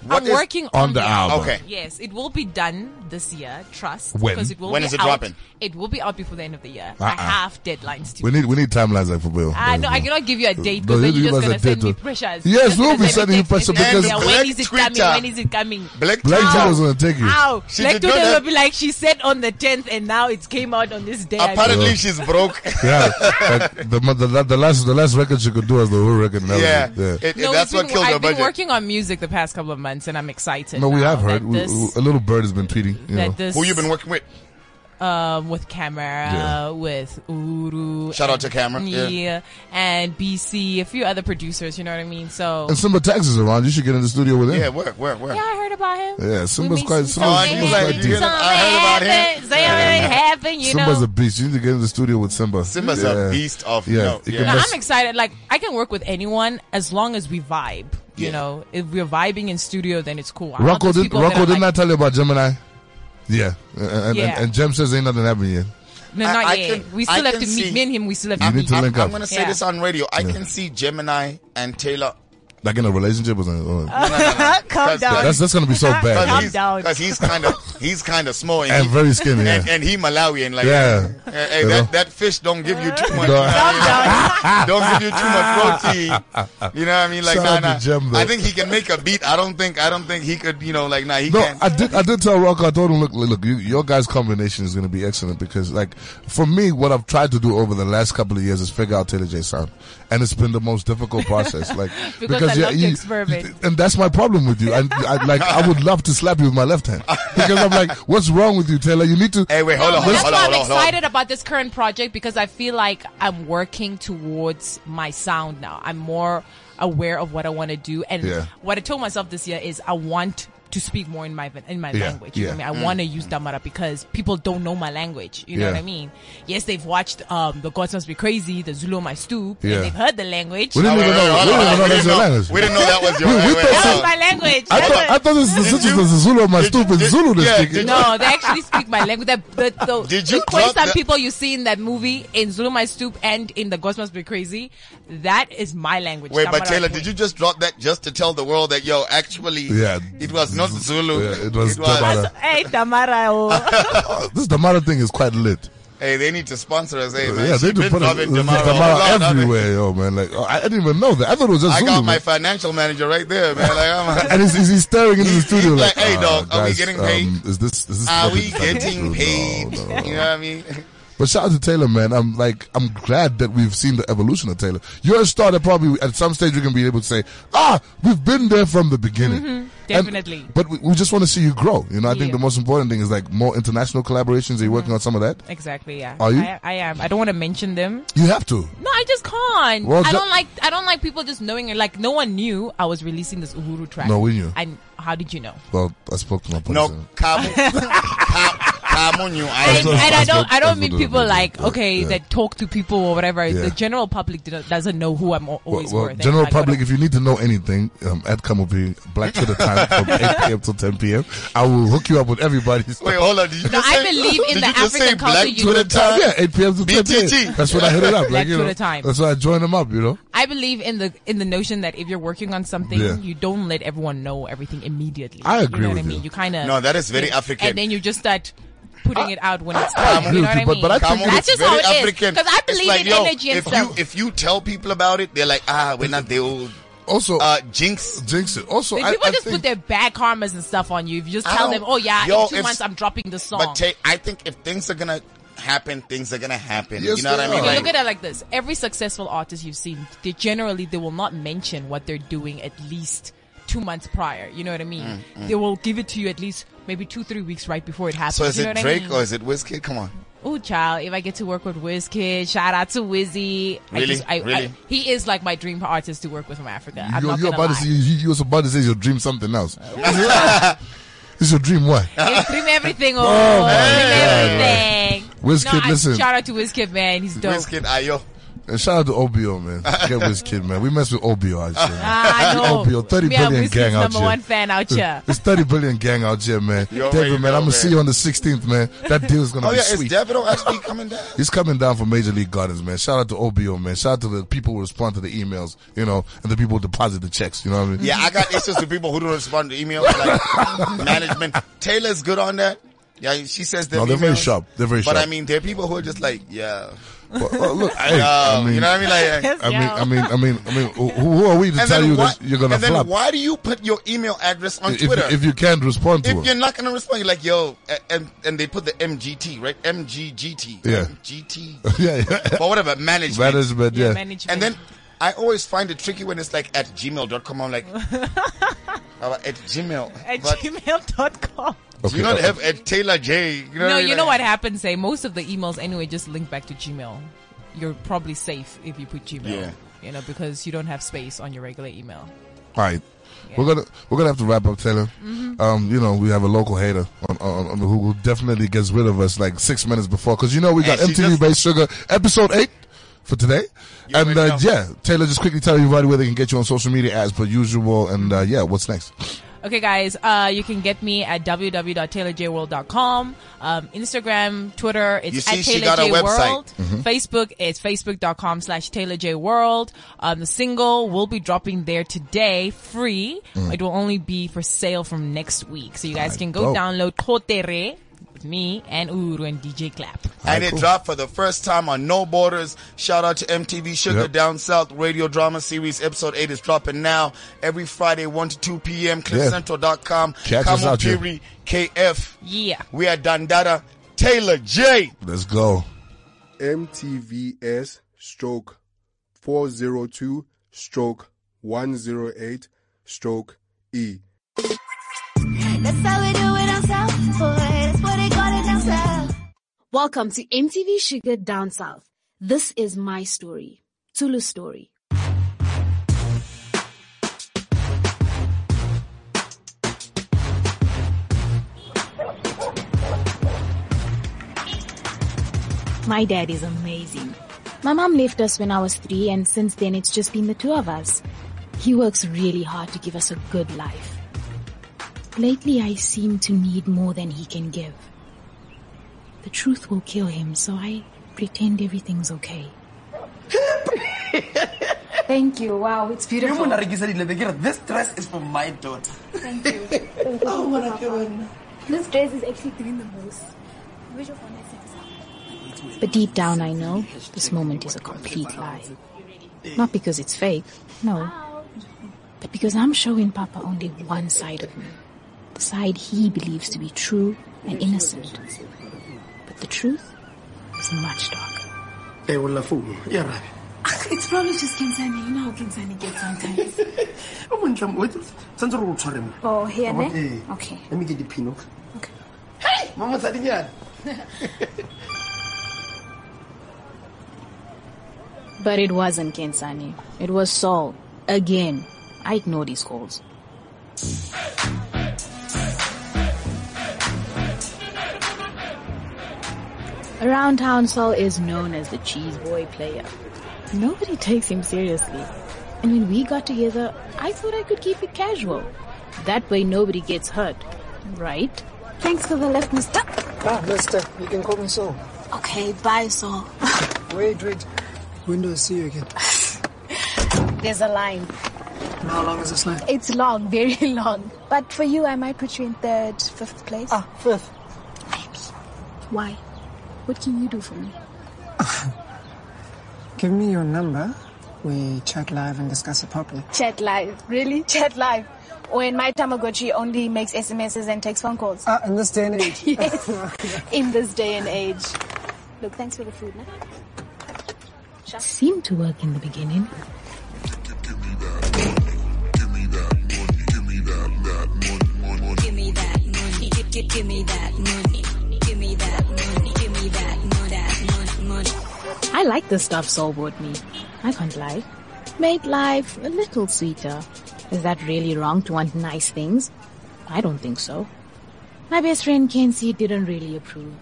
Speaker 3: what
Speaker 7: I'm
Speaker 3: is-
Speaker 7: working
Speaker 4: on the album.
Speaker 3: Okay.
Speaker 7: Yes, it will be done this year. Trust.
Speaker 4: When?
Speaker 7: Because it will
Speaker 3: When
Speaker 7: be
Speaker 3: is it
Speaker 7: out.
Speaker 3: dropping?
Speaker 7: It will be out before the end of the year.
Speaker 4: Uh-uh.
Speaker 7: I have deadlines to.
Speaker 4: We need we need timelines like for real.
Speaker 7: I know I
Speaker 4: Yeah.
Speaker 7: cannot give you a date because
Speaker 4: No, you
Speaker 7: then you're
Speaker 4: give
Speaker 7: just
Speaker 4: us a
Speaker 7: gonna send
Speaker 4: date,
Speaker 7: me
Speaker 4: though.
Speaker 7: pressures.
Speaker 4: Yes,
Speaker 7: Just
Speaker 4: we'll
Speaker 7: gonna
Speaker 4: be
Speaker 7: send
Speaker 4: sending
Speaker 7: me
Speaker 4: you
Speaker 7: texts
Speaker 4: pressure
Speaker 7: and
Speaker 4: because-
Speaker 7: yeah, when
Speaker 3: Black
Speaker 7: is it
Speaker 3: Twitter.
Speaker 7: coming? When is it coming?
Speaker 3: Black
Speaker 4: Black
Speaker 3: Twitter.
Speaker 4: Twitter was gonna take you.
Speaker 7: How?
Speaker 3: She
Speaker 7: Like
Speaker 3: did not
Speaker 7: today will
Speaker 3: have-
Speaker 7: be like she said on the tenth, and now it's came out on this day.
Speaker 3: Apparently, she's broke.
Speaker 4: Yeah, like the, mo- the la- the last the last record she could do was the Who record. and that was
Speaker 3: yeah,
Speaker 4: it.
Speaker 3: It- it-
Speaker 7: No,
Speaker 3: that's
Speaker 7: we've
Speaker 3: what
Speaker 7: been,
Speaker 3: killed her
Speaker 7: I've been
Speaker 3: budget.
Speaker 7: working on music the past couple of months, and I'm excited.
Speaker 4: No, we
Speaker 7: now
Speaker 4: have heard.
Speaker 7: That
Speaker 4: We-
Speaker 7: this,
Speaker 4: we- a little bird has been tweeting. You know.
Speaker 7: that this,
Speaker 3: Who you been working with?
Speaker 7: um, with Camera,
Speaker 4: Yeah.
Speaker 7: with Uru.
Speaker 3: Shout out
Speaker 7: and-
Speaker 3: to Camera, yeah.
Speaker 7: Yeah, and BC, a few other producers. You know what I mean? So
Speaker 4: And Simba Tax is around. You should get in the studio with him.
Speaker 3: Yeah, work, work, work.
Speaker 7: yeah, I heard about him.
Speaker 4: Yeah,
Speaker 7: We
Speaker 4: Simba's
Speaker 7: meet
Speaker 4: quite-
Speaker 7: some-
Speaker 4: Simba's-
Speaker 7: something
Speaker 4: Simba's quite
Speaker 7: happened,
Speaker 4: decent.
Speaker 3: I heard about him.
Speaker 7: happened, Something happened. You
Speaker 4: Simba's
Speaker 7: know.
Speaker 4: a beast. You need to get in the studio with Simba.
Speaker 3: Simba's
Speaker 4: yeah.
Speaker 3: a beast of
Speaker 4: Yeah,
Speaker 3: no.
Speaker 4: it
Speaker 3: yeah.
Speaker 4: can
Speaker 7: No,
Speaker 4: Unless-
Speaker 7: I'm excited. Like I can work with anyone as long as we vibe. You
Speaker 3: Yeah.
Speaker 7: know, if we're vibing in studio, then it's cool. I'm not
Speaker 4: Rocco,
Speaker 7: those
Speaker 4: did,
Speaker 7: people that
Speaker 4: Rocco
Speaker 7: are
Speaker 4: didn't I
Speaker 7: like,
Speaker 4: tell you about Gemini? Yeah. And, and,
Speaker 7: Yeah.
Speaker 4: and, and Jem says ain't nothing happened yet.
Speaker 7: No,
Speaker 3: I-
Speaker 7: not
Speaker 3: I
Speaker 7: yet.
Speaker 3: can-
Speaker 7: we
Speaker 3: I
Speaker 7: still have
Speaker 3: can
Speaker 7: to
Speaker 3: see-
Speaker 7: meet. Me and him, we still have
Speaker 4: You
Speaker 7: to
Speaker 4: need
Speaker 7: meet.
Speaker 4: to link
Speaker 3: I'm
Speaker 4: up.
Speaker 3: gonna say
Speaker 7: Yeah.
Speaker 3: this on radio. I can see Gemini and Taylor.
Speaker 4: Like in a relationship or something. or-
Speaker 7: Calm
Speaker 3: Cause- down.
Speaker 4: that's, that's going to be so
Speaker 7: Calm
Speaker 4: bad.
Speaker 7: down.
Speaker 4: man.
Speaker 3: Because he's kind of he's kind of small and,
Speaker 4: And
Speaker 3: he-
Speaker 4: very skinny. Yeah.
Speaker 3: and, and he Malawian like eh,
Speaker 4: Yeah.
Speaker 3: Hey, hey,
Speaker 4: You know?
Speaker 3: that, that fish don't give you too much.
Speaker 4: No.
Speaker 3: don't give you too much protein. You know what I mean? Like,
Speaker 4: Shout
Speaker 3: nah,
Speaker 4: out to
Speaker 3: nah.
Speaker 4: Jim, though.
Speaker 3: I think he can make a beat. I don't think, I don't think he could, you know, like, nah, he
Speaker 4: No,
Speaker 3: can't.
Speaker 4: I did. I did tell Rocco. I told him, look, look, you, your guys' combination is going to be excellent because, like, for me, what I've tried to do over the last couple of years is figure out Taylor J sound, and it's been the most difficult process. Like,
Speaker 7: Because I love to experiment.
Speaker 4: you- and that's my problem with you. And I, like, I would love to slap you with my left hand because I'm like, what's wrong with you, Taylor? You need to.
Speaker 3: hey, wait, hold on,
Speaker 7: But Um, that's
Speaker 3: hold on, hold
Speaker 7: why
Speaker 3: on,
Speaker 7: I'm
Speaker 3: hold on.
Speaker 7: excited about this current project because I feel like I'm working towards my sound now. I'm more aware of what I want to do, and
Speaker 4: Yeah.
Speaker 7: what I told myself this year is I want to speak more in my in my
Speaker 4: Yeah,
Speaker 7: language. You know
Speaker 4: yeah. Mm.
Speaker 7: what I mean? I want to use Damara because people don't know my language. You know
Speaker 4: Yeah.
Speaker 7: what I mean? Yes, they've watched um, The Gods Must Be Crazy, The Zulu on My Stoop,
Speaker 4: Yeah.
Speaker 7: and they've heard the language.
Speaker 4: We didn't
Speaker 3: Wait, wait,
Speaker 4: even know.
Speaker 3: wait,
Speaker 4: We
Speaker 3: hold
Speaker 4: didn't
Speaker 3: on.
Speaker 4: even know
Speaker 3: We
Speaker 4: that's
Speaker 3: didn't
Speaker 4: your
Speaker 3: know-
Speaker 4: language.
Speaker 3: we didn't know that was your
Speaker 4: We- we
Speaker 3: wait, wait,
Speaker 4: thought
Speaker 7: That was
Speaker 3: hold on.
Speaker 7: my language.
Speaker 4: I
Speaker 7: That
Speaker 4: thought,
Speaker 7: was-
Speaker 4: I thought this, this,
Speaker 3: Did
Speaker 4: this
Speaker 3: you-
Speaker 4: was the Zulu of my
Speaker 3: did-
Speaker 4: stupid
Speaker 3: did-
Speaker 4: Zulu
Speaker 3: yeah,
Speaker 4: they're
Speaker 3: did
Speaker 4: speaking.
Speaker 3: you-
Speaker 7: No, they actually speak my language. The, the, the,
Speaker 3: Did you
Speaker 7: the Khoisan
Speaker 3: drop the-
Speaker 7: people you see in that movie, in Zulu My Stoop and in The Ghost Must Be Crazy, that is my language.
Speaker 3: Wait, but
Speaker 7: Tamara
Speaker 3: Taylor,
Speaker 7: Queen.
Speaker 3: did you just drop that just to tell the world that, yo, actually,
Speaker 4: Yeah.
Speaker 3: it was not Zulu.
Speaker 4: Yeah, it was Tamara.
Speaker 7: Hey, Tamara. oh.
Speaker 4: Uh, This Damara thing is quite lit.
Speaker 3: Hey, they need to sponsor us. Hey, man,
Speaker 4: yeah, they
Speaker 3: she
Speaker 4: do
Speaker 3: been
Speaker 4: put a,
Speaker 3: dropping
Speaker 4: there's a
Speaker 3: Tamara
Speaker 4: Tamara
Speaker 3: all around. I mean,
Speaker 4: everywhere, yo, man. Like, oh, I didn't even know that. I thought it was just
Speaker 3: I
Speaker 4: Zulu.
Speaker 3: got my
Speaker 4: man.
Speaker 3: financial manager right there, man. Like, I'm
Speaker 4: and he's, he's, he's staring into the
Speaker 3: He's-
Speaker 4: studio
Speaker 3: he's
Speaker 4: like,
Speaker 3: like, "Hey,
Speaker 4: "Ah,
Speaker 3: dog, are we
Speaker 4: guys,
Speaker 3: getting paid?
Speaker 4: um, is this, is this
Speaker 3: Are
Speaker 4: what
Speaker 3: we
Speaker 4: it's like to do?"
Speaker 3: getting
Speaker 4: No,
Speaker 3: paid?
Speaker 4: no,
Speaker 3: You know
Speaker 4: no.
Speaker 3: what I mean?
Speaker 4: But shout out to Taylor, man. I'm like, I'm glad that we've seen the evolution of Taylor. You're a star that probably at some stage you're gonna be able to say, ah, we've been there from the beginning. And-
Speaker 7: Mm-hmm. definitely.
Speaker 4: but we, we just want to see you grow. You know, I think
Speaker 7: Yeah. Mm-hmm.
Speaker 4: the most important thing is like more international collaborations. Are you working on some of that?
Speaker 7: Exactly, yeah.
Speaker 4: Are you?
Speaker 7: I, I am. I don't want to mention them.
Speaker 4: You have to.
Speaker 7: No, I just can't.
Speaker 4: Well,
Speaker 7: I
Speaker 4: ju-
Speaker 7: don't like. I don't like people just knowing. it. Like no one knew I was releasing this Uhuru track.
Speaker 4: No, we knew.
Speaker 7: And how did you know?
Speaker 4: Well, I spoke to my producer.
Speaker 3: No, Kamu, Ka- Kamu knew. I
Speaker 7: and,
Speaker 4: That's
Speaker 3: know.
Speaker 4: what-
Speaker 7: and I
Speaker 4: that's
Speaker 7: don't
Speaker 4: what-
Speaker 7: I
Speaker 4: that's
Speaker 7: don't
Speaker 4: what
Speaker 7: mean
Speaker 4: the-
Speaker 7: people
Speaker 4: the-
Speaker 7: like
Speaker 4: yeah,
Speaker 7: okay
Speaker 4: yeah.
Speaker 7: that talk to people or whatever.
Speaker 4: Yeah.
Speaker 7: The general public do- doesn't know who I'm al- always
Speaker 4: well,
Speaker 7: worth.
Speaker 4: general public, if you need to know anything, um, at Kamupi, Black to the time from 8 p.m. to 10 p.m. I will hook you up with everybody's.
Speaker 3: Wait, hold on. Did you
Speaker 7: No,
Speaker 3: just
Speaker 7: I
Speaker 3: say-
Speaker 7: believe in
Speaker 3: did
Speaker 7: the
Speaker 3: you just
Speaker 7: African
Speaker 3: say
Speaker 7: culture
Speaker 3: Black
Speaker 7: you-
Speaker 3: Twitter time?
Speaker 4: yeah, 8 p.m. to 10
Speaker 3: BTT.
Speaker 4: p.m. That's when I hit it up.
Speaker 7: Black
Speaker 4: Like, you
Speaker 7: to
Speaker 4: know,
Speaker 7: the time.
Speaker 4: That's why I joined them up, you know?
Speaker 7: I believe in the in the notion that if you're working on something,
Speaker 4: Yeah.
Speaker 7: you don't let everyone know everything immediately.
Speaker 4: I agree
Speaker 7: You know what
Speaker 4: with
Speaker 7: I mean?
Speaker 4: you.
Speaker 7: You, kind of
Speaker 3: No, that is very African.
Speaker 7: and then you just start putting it out when it's
Speaker 4: agree
Speaker 7: time. You
Speaker 4: with
Speaker 7: know what
Speaker 4: you,
Speaker 7: I
Speaker 4: but-
Speaker 7: mean?
Speaker 4: but I think
Speaker 7: that's
Speaker 3: it's
Speaker 7: just how
Speaker 3: very
Speaker 7: it is.
Speaker 3: African.
Speaker 7: Because I
Speaker 3: It's
Speaker 7: believe
Speaker 3: like,
Speaker 7: in
Speaker 3: yo,
Speaker 7: energy and
Speaker 3: if
Speaker 7: stuff.
Speaker 3: You, if you tell people about it, they're like, ah, we're not the old
Speaker 4: Also,
Speaker 3: uh, Jinx.
Speaker 4: jinx it. Also,
Speaker 7: Like,
Speaker 4: I,
Speaker 7: people
Speaker 4: I
Speaker 7: just
Speaker 4: think
Speaker 7: put their bad karmas and stuff on you. If you just
Speaker 3: I
Speaker 7: tell
Speaker 3: don't-
Speaker 7: them, oh yeah,
Speaker 3: Yo,
Speaker 7: in two
Speaker 3: if-
Speaker 7: months I'm dropping the song.
Speaker 3: But Tay, I think if things are gonna happen, things are gonna happen.
Speaker 4: Yes,
Speaker 3: you know what I
Speaker 4: they
Speaker 3: mean?
Speaker 4: are.
Speaker 7: Okay,
Speaker 3: Like,
Speaker 7: look at it like this. Every successful artist you've seen, they generally they will not mention what they're doing at least two months prior. You know what I mean? They will give it to you at least maybe two, three weeks right before it happens.
Speaker 3: Mm, so is
Speaker 7: you know
Speaker 3: it
Speaker 7: what
Speaker 3: Drake
Speaker 7: I
Speaker 3: or
Speaker 7: mean?
Speaker 3: is it Wizkid? Come on.
Speaker 7: Oh, child! If I get to work with Wizkid, shout out to Wizzy. I
Speaker 3: Really?
Speaker 7: just, I,
Speaker 3: Really?
Speaker 7: I, he is like my dream artist to work with from Africa. I'm
Speaker 4: you,
Speaker 7: not
Speaker 4: you're
Speaker 7: gonna
Speaker 4: about to
Speaker 7: lie.
Speaker 4: say, you, you was about to say your dream something else. it's your dream what?
Speaker 7: It's dream everything. Oh,
Speaker 4: Oh, my
Speaker 7: dream everything.
Speaker 4: Wizkid,
Speaker 7: no, I-
Speaker 4: listen.
Speaker 7: Shout out to Wizkid, man. He's dope.
Speaker 3: Wizkid, Ayo.
Speaker 4: And shout out to OBO man. Get with this kid man. We mess with OBO out here.
Speaker 7: Ah, I know.
Speaker 4: OBO, 30
Speaker 7: Me and
Speaker 4: billion
Speaker 7: Wizkid's
Speaker 4: gang out
Speaker 7: number
Speaker 4: here.
Speaker 7: one fan out here.
Speaker 4: It's 30 billion gang out here, man.
Speaker 3: You already
Speaker 4: David, man,
Speaker 3: know,
Speaker 4: I'm gonna
Speaker 3: man.
Speaker 4: see you on the 16th, man. That deal's gonna
Speaker 3: Oh
Speaker 4: be
Speaker 3: yeah, is
Speaker 4: sweet.
Speaker 3: Davido actually coming down?
Speaker 4: He's coming down from Major League Gardens, man. Shout out to OBO, man. Shout out to the people who respond to the emails, you know, and the people who deposit the checks. You know what I mean?
Speaker 3: Yeah, I got issues with people who don't respond to emails. Like management, Taylor's good on that. Yeah, she says that.
Speaker 4: No, they're very sharp. They're very
Speaker 3: but
Speaker 4: sharp.
Speaker 3: I mean, there are people who are just like, yeah,
Speaker 4: Well, well, look, hey,
Speaker 3: uh,
Speaker 4: I mean,
Speaker 3: you know what I mean? Like, yeah.
Speaker 4: I mean, I mean, I mean, I mean, who, who are we to
Speaker 3: and
Speaker 4: tell
Speaker 3: then
Speaker 4: you
Speaker 3: why,
Speaker 4: that you're gonna
Speaker 3: and then
Speaker 4: flop
Speaker 3: why do you put your email address on
Speaker 4: if, you-
Speaker 3: Twitter?
Speaker 4: if you can't respond to
Speaker 3: If
Speaker 4: it?
Speaker 3: you're not gonna respond, you're like, yo, a- and, and they put the MGT, right? MGGT.
Speaker 4: Yeah.
Speaker 3: GT.
Speaker 4: Yeah, yeah.
Speaker 3: Or whatever, management.
Speaker 4: Management,
Speaker 7: Your
Speaker 4: yeah.
Speaker 7: management.
Speaker 3: And then I always find it tricky when it's like at gmail.com. I'm like, uh, at gmail.
Speaker 7: at
Speaker 3: but
Speaker 7: gmail.com.
Speaker 4: Okay,
Speaker 3: you don't
Speaker 4: uh,
Speaker 3: have at Taylor J. You know
Speaker 7: No,
Speaker 3: what I mean?
Speaker 7: you know
Speaker 3: Like-
Speaker 7: what happens, say most of the emails anyway just link back to Gmail. You're probably safe if you put Gmail.
Speaker 3: Yeah.
Speaker 7: You know, because you don't have space on your regular email.
Speaker 4: All right. We're gonna we're gonna have to wrap up, Taylor. Um, you know we have a local hater on, on, on who will definitely gets rid of us like six minutes before because you know we got
Speaker 3: And she
Speaker 4: MTV
Speaker 3: just-
Speaker 4: Based Sugar episode eight for today, and
Speaker 3: already
Speaker 4: uh,
Speaker 3: know.
Speaker 4: yeah, Taylor, just quickly tell everybody where they can get you on social media as per usual, and uh, yeah, what's next?
Speaker 7: Okay, guys, uh, you can get me at www.taylorjworld.com. Um, Instagram, Twitter, it's
Speaker 3: You see,
Speaker 7: at
Speaker 3: she got a
Speaker 7: taylorjworld.
Speaker 3: website. Mm-hmm.
Speaker 7: Facebook, it's facebook.com slash taylorjworld. Um, the single will be dropping there today, free.
Speaker 3: Mm.
Speaker 7: It will only be for sale from next week. So you guys can go
Speaker 4: dope.
Speaker 7: download Kotere with me and Uru and DJ Clap.
Speaker 3: and
Speaker 4: Alright,
Speaker 3: it
Speaker 4: cool.
Speaker 3: dropped for the first time on No Borders. Shout out to MTV Sugar
Speaker 4: Yep.
Speaker 3: Down South Radio Drama Series. Episode 8 is dropping now every Friday, 1 to 2 p.m. CliffCentral.com.
Speaker 4: Catch us out here.
Speaker 3: Kamopiri KF.
Speaker 7: Yeah.
Speaker 3: We are Dandada Taylor J.
Speaker 4: Let's go.
Speaker 8: MTVS stroke 402 stroke 108 stroke E.
Speaker 9: That's how we do it on South Boy. That's what they call it down South.
Speaker 10: Welcome to MTV Sugar Down South. This is my story, Zulu story. My dad is amazing. My mom left us when I was three and since then it's just been the two of us. He works really hard to give us a good life. Lately I seem to need more than he can give. The truth will kill him, so I pretend everything's okay.
Speaker 9: Thank you. Wow, it's beautiful.
Speaker 2: This dress is for my daughter. Oh,
Speaker 9: Thank you. Thank you. This dress is actually doing the most. Which one is it?
Speaker 10: But deep down, I know this moment is a complete lie. Not because it's fake, no. But because I'm showing Papa only one side of me. The side he believes to be true and innocent. But the truth is much darker.
Speaker 9: It's probably just Kinsani. You know how Kinsani gets sometimes. oh, here, ne? Okay.
Speaker 2: Let me get the pin, okay?
Speaker 9: Okay.
Speaker 2: Hey! Mama Sadinyana.
Speaker 10: But it wasn't Kensani. It was Saul. Again. I ignored his calls. Around town, Saul is known as the cheese boy player. Nobody takes him seriously. And when we got together, I thought I could keep it casual. That way nobody gets hurt. Right?
Speaker 9: Thanks for the lift, mister.
Speaker 2: Ah, Lester, you can call me so.
Speaker 9: Okay, bye, Saul.
Speaker 2: Wait, wait. When do I see you again?
Speaker 9: There's a line.
Speaker 2: How long is this line?
Speaker 9: It's long, very long. But for you, I might put you in third, fifth place.
Speaker 2: Ah, fifth.
Speaker 10: Why? What can you do for me?
Speaker 2: Give me your number.
Speaker 11: We chat live and discuss it properly.
Speaker 9: Chat live. Really? Chat live. When my Tamagotchi only makes SMSs and takes phone calls.
Speaker 11: Ah, in this day and age.
Speaker 9: yes. In this day and age. Look, thanks for the food, nah?
Speaker 10: Seemed to work in the beginning.
Speaker 12: Give me that money. Give, give, give me that money. Give me that money. Give me that money. That money. money.
Speaker 10: I like the stuff Saul bought me. I can't lie. Made life a little sweeter. Is that really wrong to want nice things? I don't think so. My best friend Kenzie didn't really approve.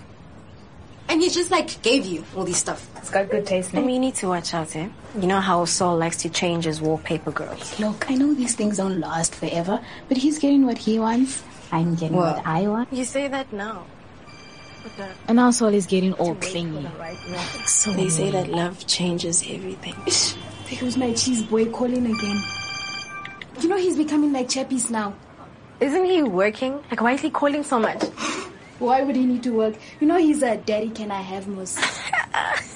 Speaker 13: And he just like gave you all this stuff. It's got good taste. I mean, you need to watch out, eh? You know how Saul likes to change his wallpaper girl.
Speaker 10: Look, I know these things don't last forever, but he's getting what he wants. I'm getting what,
Speaker 13: What?
Speaker 10: I want.
Speaker 13: You say that now. But the
Speaker 10: And now Saul is getting all clingy. So
Speaker 13: They say that
Speaker 10: mean.
Speaker 13: love changes everything.
Speaker 9: There was my cheese boy calling again. You know he's becoming like Chappies now.
Speaker 13: Isn't he working? Like, why is he calling so much?
Speaker 9: Why would he need to work? You know he's a daddy can I have most.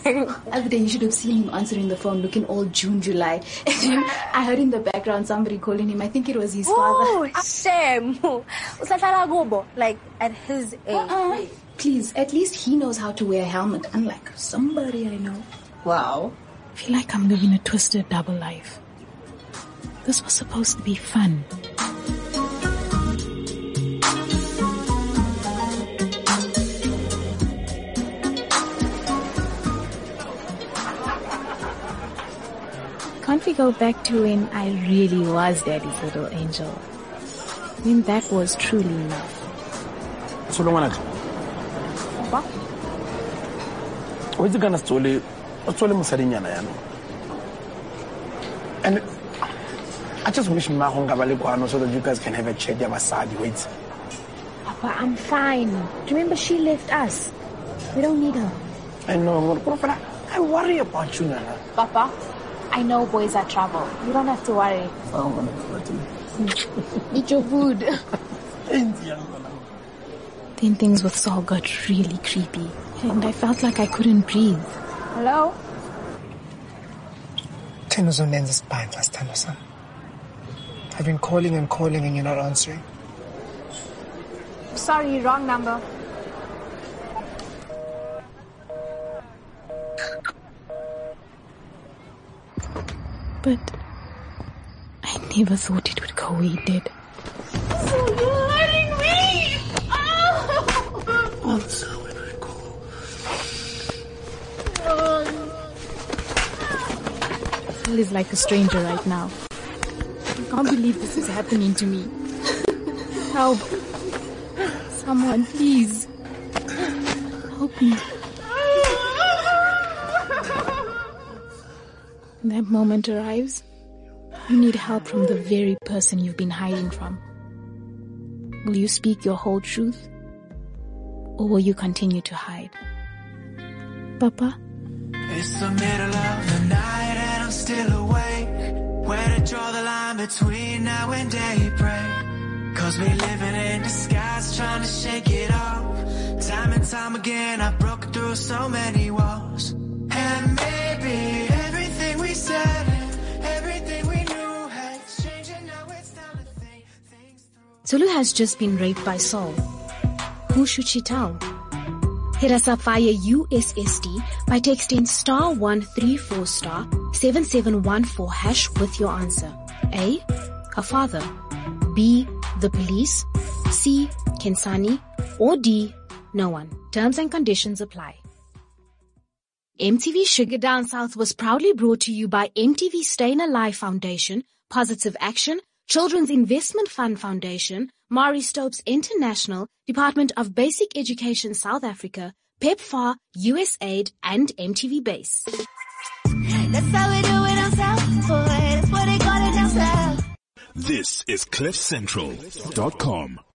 Speaker 9: Other day you should have seen him answering the phone looking all June, July. And then I heard in the background somebody calling him. I think it was his
Speaker 13: Oh,
Speaker 9: father.
Speaker 13: shame. Usahlala kubo, like at his age.
Speaker 9: Uh-uh. Please, at least he knows how to wear a helmet, unlike somebody I know.
Speaker 10: Wow. I feel like I'm living a twisted double life. This was supposed to be fun. Can't we go back to when I really was daddy's little angel? When that was truly love.
Speaker 14: solongwanaka o itse kana setsole o tsole mosadinyana yanong and i just wish mmago nka ba le kwano so that you guys can have a check ya basadi wa itse
Speaker 10: Papa, I'm fine. Do you remember she left us? We don't need her.
Speaker 14: i know mara kore fela i worry about you nana
Speaker 10: Papa, I know boys are trouble. You don't have to worry.
Speaker 14: Oh, ngwana, what do you-
Speaker 10: Eat your food. then things with Saul got really creepy, and I felt like I couldn't breathe.
Speaker 9: Hello?
Speaker 11: Ten uzondenza isibhandla sithando sam. I've been calling and calling and you're not answering.
Speaker 9: Sorry, wrong number.
Speaker 10: But I never thought it would go where it did.
Speaker 9: So you're hurting me! Oh!
Speaker 10: Saul is like a stranger right now. I can't believe this is happening to me. Help. Someone, please. Help me. When that moment arrives, you need help from the very person you've been hiding from. Will you speak your whole truth? Or will you continue to hide? Papa,
Speaker 2: It's the middle of the night and I'm still awake. Where to draw the line between now and daybreak? Cause we living in disguise trying to shake it off. Time and time again I've broken through so many walls. And maybe everything we said, everything we knew had changed and now it's time to think.
Speaker 10: Zulu has just been raped by Saul. Who should she tell? Hit us up via USSD by texting star 134 star 7714 hash with your answer. A. Her father. B. The police. C. Kensani. Or D. No one. Terms and conditions apply. MTV Sugar Down South was proudly brought to you by MTV Staying Alive Foundation, Positive Action, Children's Investment Fund Foundation, Mari Stopes International, Department of Basic Education South Africa, PEPFAR, USAID, and MTV Base.
Speaker 12: That's how we do it on South Boy. That's what they call it down south.
Speaker 1: This is CliffCentral.com.